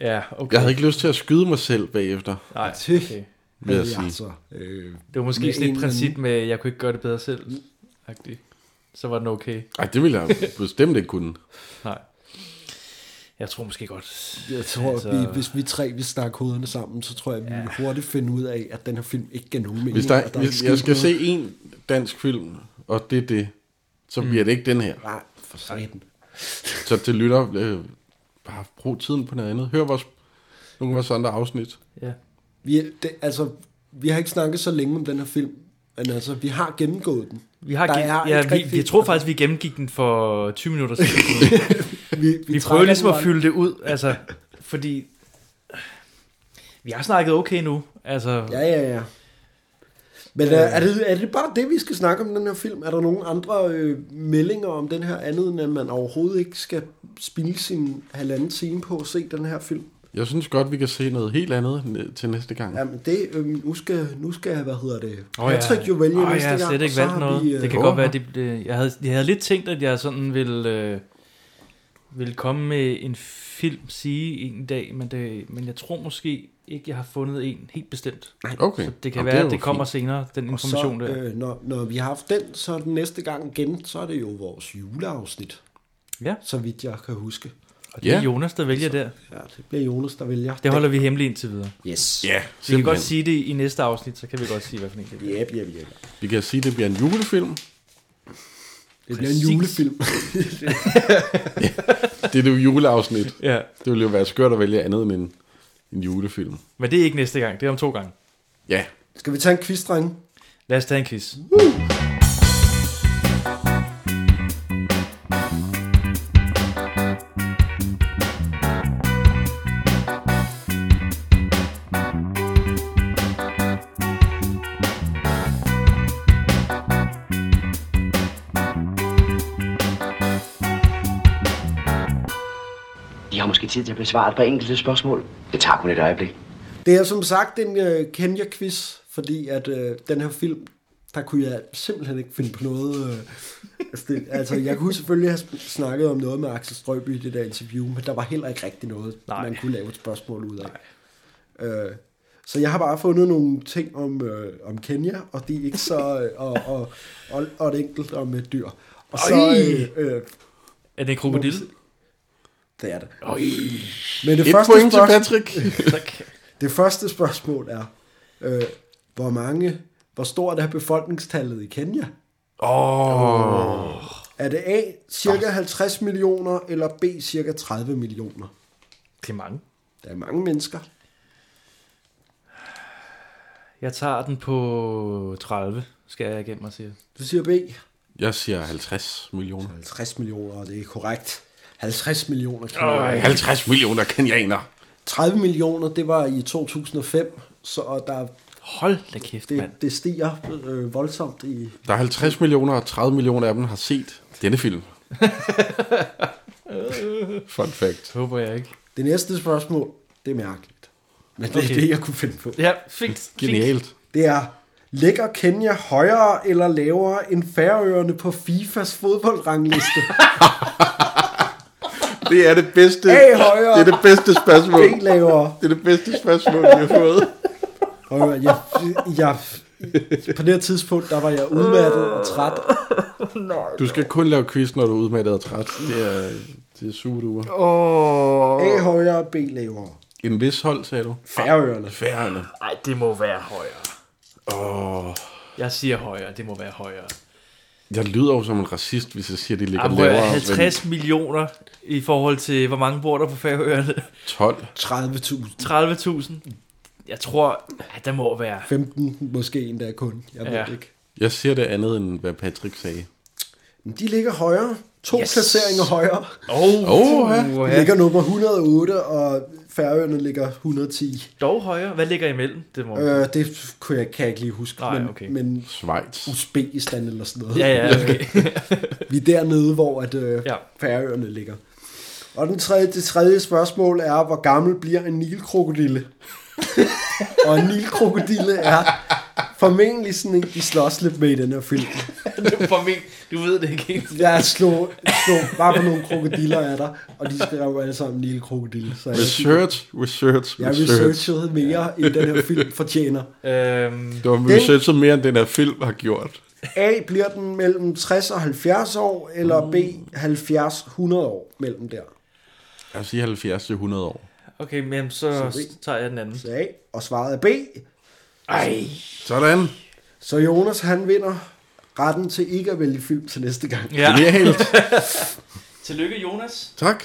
Speaker 3: Ja, okay.
Speaker 2: Jeg havde ikke lyst til at skyde mig selv bagefter,
Speaker 3: Nej,
Speaker 4: til.
Speaker 3: okay.
Speaker 2: vil jeg
Speaker 4: Ja,
Speaker 2: sige.
Speaker 4: altså, øh,
Speaker 3: Det var måske
Speaker 4: Med
Speaker 3: sådan
Speaker 4: en Mm.
Speaker 3: et
Speaker 4: eller
Speaker 3: princip med, jeg kunne ikke gøre det bedre selv. -agtigt. Så var den okay.
Speaker 2: Ej, det ville jeg bestemt ikke kunne.
Speaker 3: Nej. Jeg tror måske godt...
Speaker 4: jeg tror,
Speaker 3: Altså-
Speaker 4: altså, vi, hvis vi tre vil snakke hovederne sammen, så tror jeg, vi vil hurtigt finde ud af, at den her film ikke giver nogen mening.
Speaker 2: Hvis, der,
Speaker 4: og er
Speaker 2: hvis
Speaker 4: ikke
Speaker 2: jeg
Speaker 4: sket
Speaker 2: skal
Speaker 4: noget.
Speaker 2: se en dansk film, og det er det, så
Speaker 3: Mm.
Speaker 2: bliver det ikke den her.
Speaker 4: Nej, for satan.
Speaker 2: Så til lytter, øh, bare brug tiden på noget andet. Hør vores, nogle af vores andre afsnit.
Speaker 3: Ja.
Speaker 4: Vi, er- det, altså, vi har ikke snakket så længe om den her film, men altså, vi har gennemgået den.
Speaker 3: Vi har
Speaker 4: Der
Speaker 3: gen...
Speaker 4: er
Speaker 3: ja,
Speaker 4: ikke
Speaker 3: vi,
Speaker 4: rigtig-
Speaker 3: jeg tror faktisk, vi gennemgik den for 20 minutter siden.
Speaker 4: Vi, vi,
Speaker 3: vi prøver
Speaker 4: trækker
Speaker 3: ligesom
Speaker 4: den
Speaker 3: at fylde det ud, altså, fordi vi har snakket okay nu. Altså,
Speaker 4: Ja, ja, ja. Men øh. er, det, er det bare det, vi skal snakke om den her film? Er der nogen andre øh, meldinger om den her andet, end at man overhovedet ikke skal spille sin halvanden time på at se den her film?
Speaker 2: Jeg synes godt, vi kan se noget helt andet næ- til næste gang.
Speaker 4: Jamen, det, øh, nu, skal, nu skal, hvad hedder det,
Speaker 3: Åh, ja.
Speaker 4: Patrick jo vælge
Speaker 3: Åh,
Speaker 4: næste
Speaker 3: jeg har
Speaker 4: gang.
Speaker 3: slet
Speaker 4: og
Speaker 3: ikke
Speaker 4: så
Speaker 3: valgt
Speaker 4: har
Speaker 3: noget.
Speaker 4: Vi, øh,
Speaker 3: det kan
Speaker 2: Åh,
Speaker 3: godt være,
Speaker 2: nå.
Speaker 3: det, det, jeg, havde, jeg havde lidt tænkt, at jeg sådan ville, øh, ville komme med en film sige en dag, men, det, men jeg tror måske ikke, jeg har fundet en helt bestemt.
Speaker 2: Okay.
Speaker 3: Så det kan
Speaker 2: Jamen,
Speaker 3: være,
Speaker 2: er
Speaker 3: at
Speaker 2: jo
Speaker 3: det kommer
Speaker 2: fint.
Speaker 3: senere, den
Speaker 4: og
Speaker 3: information
Speaker 4: så,
Speaker 3: der.
Speaker 4: øh, når, når vi har haft den, så den næste gang igen, så er det jo vores juleafsnit.
Speaker 3: Ja.
Speaker 4: Så vidt jeg kan huske.
Speaker 3: Og det er
Speaker 2: ja.
Speaker 3: Jonas, der vælger der.
Speaker 4: Ja, det bliver Jonas, der vælger.
Speaker 3: Det holder vi hemmeligt indtil videre.
Speaker 4: Yes.
Speaker 2: Ja,
Speaker 3: Vi kan
Speaker 2: simpelthen.
Speaker 3: godt sige det i næste afsnit, så kan vi godt sige, hvad for en det er.
Speaker 4: Yep, yep, yep.
Speaker 2: Vi kan sige, at det bliver en julefilm.
Speaker 4: Det bliver en
Speaker 3: Præcis.
Speaker 4: julefilm.
Speaker 2: Det er det jo juleafsnit.
Speaker 3: Ja.
Speaker 2: Det ville jo være skørt at vælge andet end en, en julefilm.
Speaker 3: Men det er ikke næste gang, det er om to gange.
Speaker 2: Ja,
Speaker 4: Skal vi tage en quiz, drenge?
Speaker 3: Lad os tage en quiz.
Speaker 12: De har måske tid til at besvare et par enkelte spørgsmål. Det tager kun et øjeblik.
Speaker 4: Det er som sagt en øh, Kenya-quiz, fordi at øh, den her film, der kunne jeg simpelthen ikke finde på noget. Øh, altså, det, altså, jeg kunne selvfølgelig have sn- snakket om noget med Axel Strøby i det der interview, men der var heller ikke rigtig noget, Nej. man kunne lave et spørgsmål ud af. Øh, så jeg har bare fundet nogle ting om, øh, om Kenya, og det er ikke så... Øh, og, og, og, og et enkelt om et dyr. Og så...
Speaker 3: Øj!
Speaker 4: Øh, øh,
Speaker 3: Er det en krokodil?
Speaker 4: Det er det.
Speaker 3: Øj.
Speaker 4: Men det
Speaker 2: Et
Speaker 4: første
Speaker 2: point til
Speaker 4: spørgsmål,
Speaker 2: Patrick.
Speaker 4: tak. Det første spørgsmål er, øh, hvor mange, hvor stort er befolkningstallet i Kenya?
Speaker 2: Åh.
Speaker 4: Er det A, cirka 50 millioner, eller B, cirka 30 millioner?
Speaker 3: Det er mange.
Speaker 4: Der er mange mennesker.
Speaker 3: Jeg tager den på 30, skal jeg igennem og sige.
Speaker 4: Du siger B.
Speaker 2: Jeg siger 50 millioner.
Speaker 4: 50 millioner, og det er korrekt. 50 millioner
Speaker 2: Øj, 50 millioner kenianer.
Speaker 4: 30 millioner, det var i 2005, så og der...
Speaker 3: Hold da kæft,
Speaker 4: det,
Speaker 2: mand.
Speaker 4: det stiger øh, voldsomt i...
Speaker 2: Der er 50 millioner, og 30 millioner af dem har set denne film. Fun fact.
Speaker 3: Håber jeg ikke.
Speaker 4: Det næste spørgsmål, det er mærkeligt. Men det
Speaker 3: Okay.
Speaker 4: er det, jeg kunne finde på.
Speaker 3: Ja, fint.
Speaker 2: Genialt.
Speaker 4: Det er, ligger Kenya højere eller lavere end Færøerne på FIFAs fodboldrangliste?
Speaker 2: Det er det bedste,
Speaker 4: A højere.
Speaker 2: det er det bedste spørgsmål.
Speaker 4: B lavere.
Speaker 2: Det er det bedste spørgsmål, vi har fået.
Speaker 4: Og jeg, jeg, på det her tidspunkt, der var jeg udmattet og træt.
Speaker 2: Du skal kun lave quiz, når du er udmattet og træt. Det er, det er sugeduer.
Speaker 3: Åh.
Speaker 4: A højere, B lavere.
Speaker 2: En vis hold, sagde du?
Speaker 4: Færøerne.
Speaker 2: Færøerne.
Speaker 3: Nej, det må være højere.
Speaker 2: Åh. Oh.
Speaker 3: Jeg siger højere, det må være højere.
Speaker 2: Jeg lyder jo som en racist, hvis jeg siger, at de ligger
Speaker 3: Jamen,
Speaker 2: lavere.
Speaker 3: lavere,
Speaker 2: men
Speaker 3: 50 millioner i forhold til, hvor mange bor der på Færøerne?
Speaker 2: 12.
Speaker 4: 30.000.
Speaker 3: 30.000. Jeg tror, at der må være...
Speaker 4: 15 måske endda kun. Jeg ved
Speaker 3: Ja.
Speaker 4: ja. ikke.
Speaker 2: Jeg siger det andet, end hvad Patrick sagde.
Speaker 4: Men de ligger højere. To yes. placeringer højere.
Speaker 3: Åh,
Speaker 2: Åh, ja.
Speaker 4: De ligger nummer 108, og Færøerne ligger 110.
Speaker 3: Dog højere. Hvad ligger imellem? Det må...
Speaker 4: Øh, det kunne jeg, kan jeg ikke lige huske.
Speaker 3: Nej,
Speaker 4: men,
Speaker 3: okay.
Speaker 4: men
Speaker 2: Schweiz.
Speaker 4: Uzbekistan eller sådan noget.
Speaker 3: Ja, ja, okay.
Speaker 4: Vi er dernede, hvor at, øh,
Speaker 3: Ja.
Speaker 4: ja. færøerne ligger. Og den tredje, det tredje spørgsmål er, hvor gammel bliver en nilkrokodille? og en nilkrokodille er formentlig sådan en, de slås lidt med i den her film.
Speaker 3: det for min... Du ved det ikke helt.
Speaker 4: Jeg slog, slog bare på nogle krokodiller er der, og de skrev jo alle sammen nilkrokodille. Så jeg-
Speaker 2: Research, research,
Speaker 4: Jeg
Speaker 2: research.
Speaker 4: researchede mere, end den her film fortjener.
Speaker 3: Øhm,
Speaker 2: Du har
Speaker 4: Den-
Speaker 2: researchet mere, end den her film har gjort.
Speaker 4: A, bliver den mellem 60 og 70 år, eller B, 70-100 år mellem der?
Speaker 2: Jeg vil sige 70 til 100 år.
Speaker 3: Okay, men jamen, så
Speaker 4: Sorry.
Speaker 3: tager jeg den anden.
Speaker 4: Så A, og svaret er B.
Speaker 3: Ej.
Speaker 2: Sådan.
Speaker 4: Så Jonas, han vinder retten til ikke at vælge film til næste gang.
Speaker 3: Ja.
Speaker 2: Genialt.
Speaker 3: Tillykke, Jonas.
Speaker 2: Tak.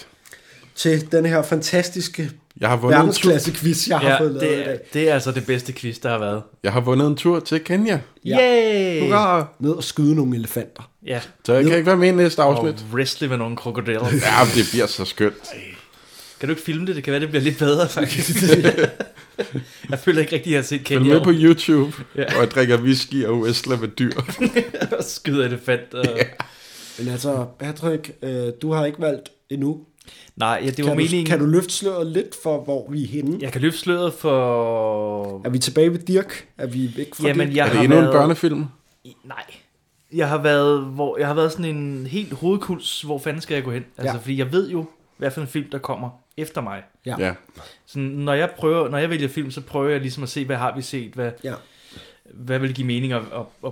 Speaker 4: Til den her fantastiske
Speaker 2: Jeg har vundet en tur.
Speaker 4: verdensklasse quiz, jeg har fået lavet
Speaker 3: det,
Speaker 4: i dag.
Speaker 3: er, det er altså det bedste quiz, der har været.
Speaker 2: Jeg har vundet en tur til Kenya.
Speaker 4: Ja.
Speaker 3: Yay!
Speaker 2: Hurra.
Speaker 4: Ned og skyde nogle elefanter.
Speaker 3: Ja.
Speaker 2: Så jeg kan ikke være med i næste afsnit.
Speaker 3: Og wrestle med nogle krokodiller.
Speaker 2: Ja, men det bliver så skønt.
Speaker 3: Kan du ikke filme det? Det kan være, det bliver lidt bedre, faktisk. jeg føler ikke rigtig, at jeg har set
Speaker 2: Følg
Speaker 3: Kenya.
Speaker 2: med på YouTube,
Speaker 3: Ja.
Speaker 2: hvor jeg drikker whisky og wrestler med dyr.
Speaker 3: og skyder elefant. Og... Yeah.
Speaker 4: Men altså, Patrick, øh, du har ikke valgt endnu.
Speaker 3: Nej, ja, det var
Speaker 4: Kan du,
Speaker 3: meningen.
Speaker 4: kan du løfte sløret lidt for, hvor vi er henne?
Speaker 3: Jeg kan løfte sløret for...
Speaker 4: Er vi tilbage ved Dirk? Er vi væk fra
Speaker 3: Jamen,
Speaker 4: det?
Speaker 3: jeg
Speaker 2: Er det
Speaker 3: har
Speaker 2: endnu en
Speaker 3: været-
Speaker 2: børnefilm?
Speaker 3: I- Nej. Jeg har været, hvor, jeg har været sådan en helt hovedkuls, hvor fanden skal jeg gå hen? Altså,
Speaker 4: Ja.
Speaker 3: fordi jeg ved jo, hvad for en film, der kommer efter mig.
Speaker 4: Ja.
Speaker 2: Ja.
Speaker 3: Sådan, når, jeg prøver, når jeg vælger film, så prøver jeg ligesom at se, hvad har vi set, hvad,
Speaker 4: Ja.
Speaker 3: hvad vil give mening at, at, at,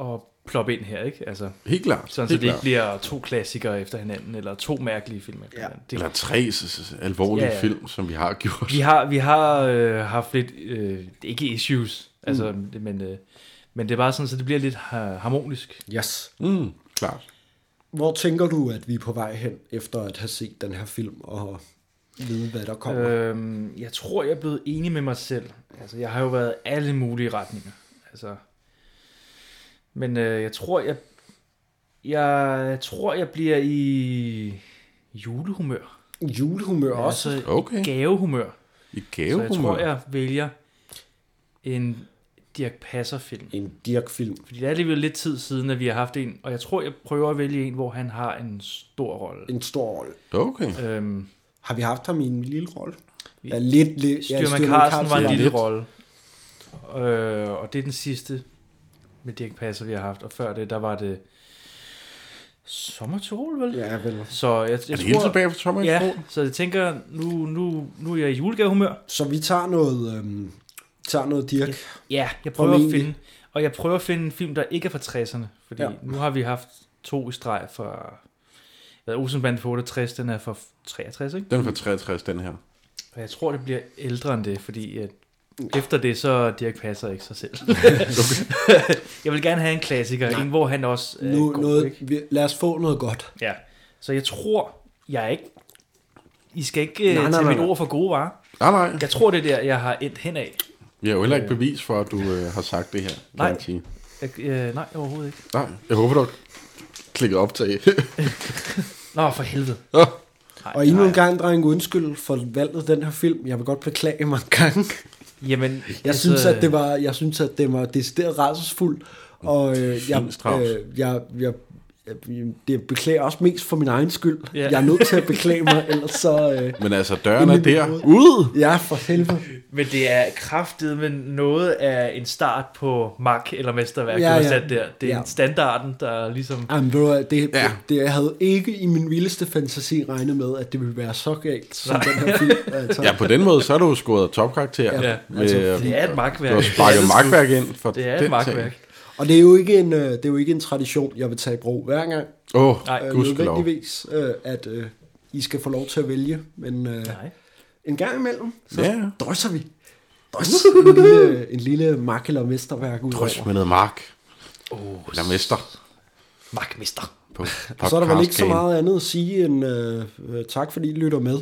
Speaker 3: at ploppe ind her, ikke? Altså,
Speaker 2: Helt klart.
Speaker 3: sådan, så
Speaker 2: Helt
Speaker 3: det ikke
Speaker 2: klart.
Speaker 3: bliver to klassikere efter hinanden, eller to mærkelige film efter ja. hinanden. Det,
Speaker 2: Eller tre s- s- alvorlige
Speaker 3: Ja, ja.
Speaker 2: film, som vi har gjort.
Speaker 3: Vi har, vi har øh, haft lidt, øh, ikke issues, altså, mm. men, øh, men det er bare sådan, så det bliver lidt ha- harmonisk.
Speaker 4: Yes.
Speaker 2: Mm, klart.
Speaker 4: Hvor tænker du, at vi er på vej hen, efter at have set den her film og vide, hvad der kommer? Øh,
Speaker 3: Øhm, jeg tror, jeg er blevet enig med mig selv. Altså, jeg har jo været alle mulige retninger. Altså, men øh, jeg tror, jeg, jeg, jeg tror, jeg bliver i julehumør.
Speaker 4: Julehumør også.
Speaker 3: Altså,
Speaker 2: Okay.
Speaker 3: i gavehumør.
Speaker 2: I
Speaker 3: Så jeg
Speaker 2: gavehumør.
Speaker 3: tror, jeg vælger en Dirk Passer-film.
Speaker 4: En Dirk-film.
Speaker 3: Fordi det er alligevel lidt tid siden, at vi har haft en, og jeg tror, jeg prøver at vælge en, hvor han har en stor rolle.
Speaker 4: En stor rolle.
Speaker 2: Okay.
Speaker 3: Øhm,
Speaker 4: Har vi haft ham i en lille rolle? Ja, lidt, lidt. ja,
Speaker 3: Styrman Carlsen var en lille rolle. Øh, og det er den sidste med Dirk Passer, vi har haft. Og før det, der var det Sommertol, vel?
Speaker 4: Ja, vel.
Speaker 3: Så jeg, jeg
Speaker 2: Er det
Speaker 3: tror,
Speaker 2: hele tilbage fra Sommertol?
Speaker 3: Ja, så jeg tænker, nu, nu, nu er jeg i julegavehumør.
Speaker 4: Så vi tager noget, øhm, tager noget Dirk.
Speaker 3: Ja, jeg prøver at
Speaker 4: Formentlig.
Speaker 3: finde, og jeg prøver at finde en film, der ikke er fra 60'erne, fordi ja.
Speaker 4: Ja.
Speaker 3: nu har vi haft to i streg fra, hvad Olsenbanden fra 68, den er fra 63, ikke?
Speaker 2: Den er fra 63, den her.
Speaker 3: Og jeg tror, det bliver ældre end det, fordi at efter det, så Dirk passer ikke sig selv. jeg vil gerne have en klassiker, en, hvor han også er
Speaker 4: Nu,
Speaker 3: god,
Speaker 4: noget,
Speaker 3: ikke?
Speaker 4: vi, lad os få noget godt.
Speaker 3: Ja, så jeg tror, jeg er ikke... I skal ikke
Speaker 4: Nej,
Speaker 3: nej,
Speaker 4: nej,
Speaker 3: tage
Speaker 4: nej,
Speaker 3: mit
Speaker 4: nej.
Speaker 3: ord for gode varer.
Speaker 2: Nej, nej.
Speaker 3: Jeg tror, det er der, jeg har endt hen af.
Speaker 2: Vi har jo heller ikke bevis for, at du øh, har sagt det her. kan
Speaker 3: Nej.
Speaker 2: man sige.
Speaker 3: Jeg, øh, nej, overhovedet ikke.
Speaker 2: Nej, jeg håber, du har klikket optag.
Speaker 3: Nå, for helvede.
Speaker 2: Åh.
Speaker 4: og endnu en gang, dreng, undskyld for valget af den her film. Jeg vil godt beklage mange gange.
Speaker 3: Jamen, altså,
Speaker 4: Jeg synes,
Speaker 3: øh,
Speaker 4: at det var, jeg synes, at det var decideret rædselsfuld, og øh, jeg,
Speaker 2: Strauss.
Speaker 4: øh, jeg, jeg, jeg, det beklager også mest for min egen skyld.
Speaker 2: Ja.
Speaker 4: Ja. Jeg er nødt til at beklage mig, ellers så... Øh,
Speaker 2: Men altså, døren er
Speaker 4: inden i mit
Speaker 2: der.
Speaker 4: hoved.
Speaker 2: Ude!
Speaker 4: Ja, for helvede.
Speaker 3: øh, Men det er kraftet med noget af en start på Mac eller mesterværk, ja,
Speaker 4: Ja,
Speaker 3: ja.
Speaker 4: ja.
Speaker 3: sat der. Det er
Speaker 4: Ja.
Speaker 3: ja. standarden, der er ligesom...
Speaker 4: Jamen, ved du hvad, det, ja. det, det, jeg havde ikke i min vildeste fantasi regnet med, at det ville være så galt som
Speaker 3: Nej.
Speaker 4: den her film. Altså,
Speaker 2: Ja, på den måde, så er du jo scoret topkarakter.
Speaker 4: Ja,
Speaker 3: altså,
Speaker 2: Øh,
Speaker 3: det er et magtværk.
Speaker 2: Du har sparket
Speaker 3: Det er det sgu.
Speaker 2: magtværk ind. For
Speaker 3: Det er et
Speaker 2: den
Speaker 3: magtværk.
Speaker 2: ting.
Speaker 4: Og det er, jo ikke en, øh, det er jo ikke en tradition, jeg vil tage i brug hver gang.
Speaker 2: Åh,
Speaker 4: øh,
Speaker 2: gudskelov.
Speaker 4: Nødvendigvis, øh, at øh, I skal få lov til at vælge, men øh, en gang imellem, så
Speaker 2: Ja, ja.
Speaker 4: drysser vi. Drys, en lille, en lille mark eller mesterværk ud
Speaker 2: Drys
Speaker 4: over.
Speaker 2: med noget mark.
Speaker 3: Oh,
Speaker 2: Eller mester.
Speaker 3: Magtmester.
Speaker 2: På
Speaker 4: Og så er der vel ikke så
Speaker 2: podcastkagen.
Speaker 4: meget andet at sige end øh, øh, tak, fordi I lytter med.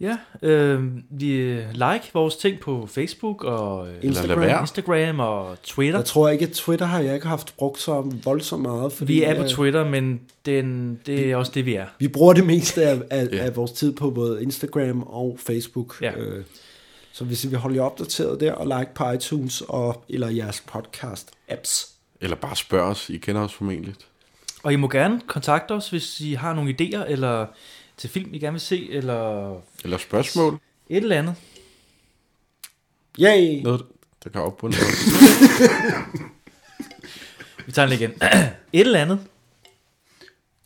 Speaker 3: Ja, øh, vi øh, like vores ting på Facebook og øh,
Speaker 4: Instagram. Eller lad være.
Speaker 3: Instagram og Twitter.
Speaker 4: Jeg tror ikke, at Twitter har jeg ikke haft brugt så voldsomt meget. Fordi,
Speaker 3: vi er på
Speaker 4: øh,
Speaker 3: Twitter, men den, det er også det, vi er.
Speaker 4: Vi bruger det meste af, af, yeah. af vores tid på både Instagram og Facebook.
Speaker 3: Ja.
Speaker 4: Øh, Så hvis I vil holde jer opdateret der, og like på iTunes og, eller jeres podcast-apps.
Speaker 2: Eller bare spørg os. I kender os formentlig.
Speaker 3: Og I må gerne kontakte os, hvis I har nogle idéer, eller til film, I gerne vil se, eller
Speaker 2: Eller spørgsmål.
Speaker 3: et eller andet.
Speaker 4: Yay!
Speaker 2: Noget, der kan opbunde
Speaker 3: Vi tager den igen. et eller andet.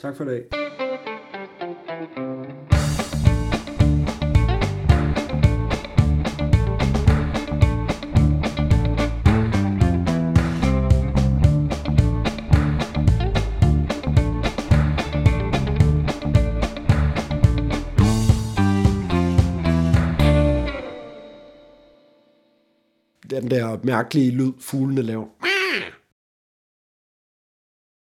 Speaker 4: Tak for i dag. Den der mærkelige lyd, fuglene laver.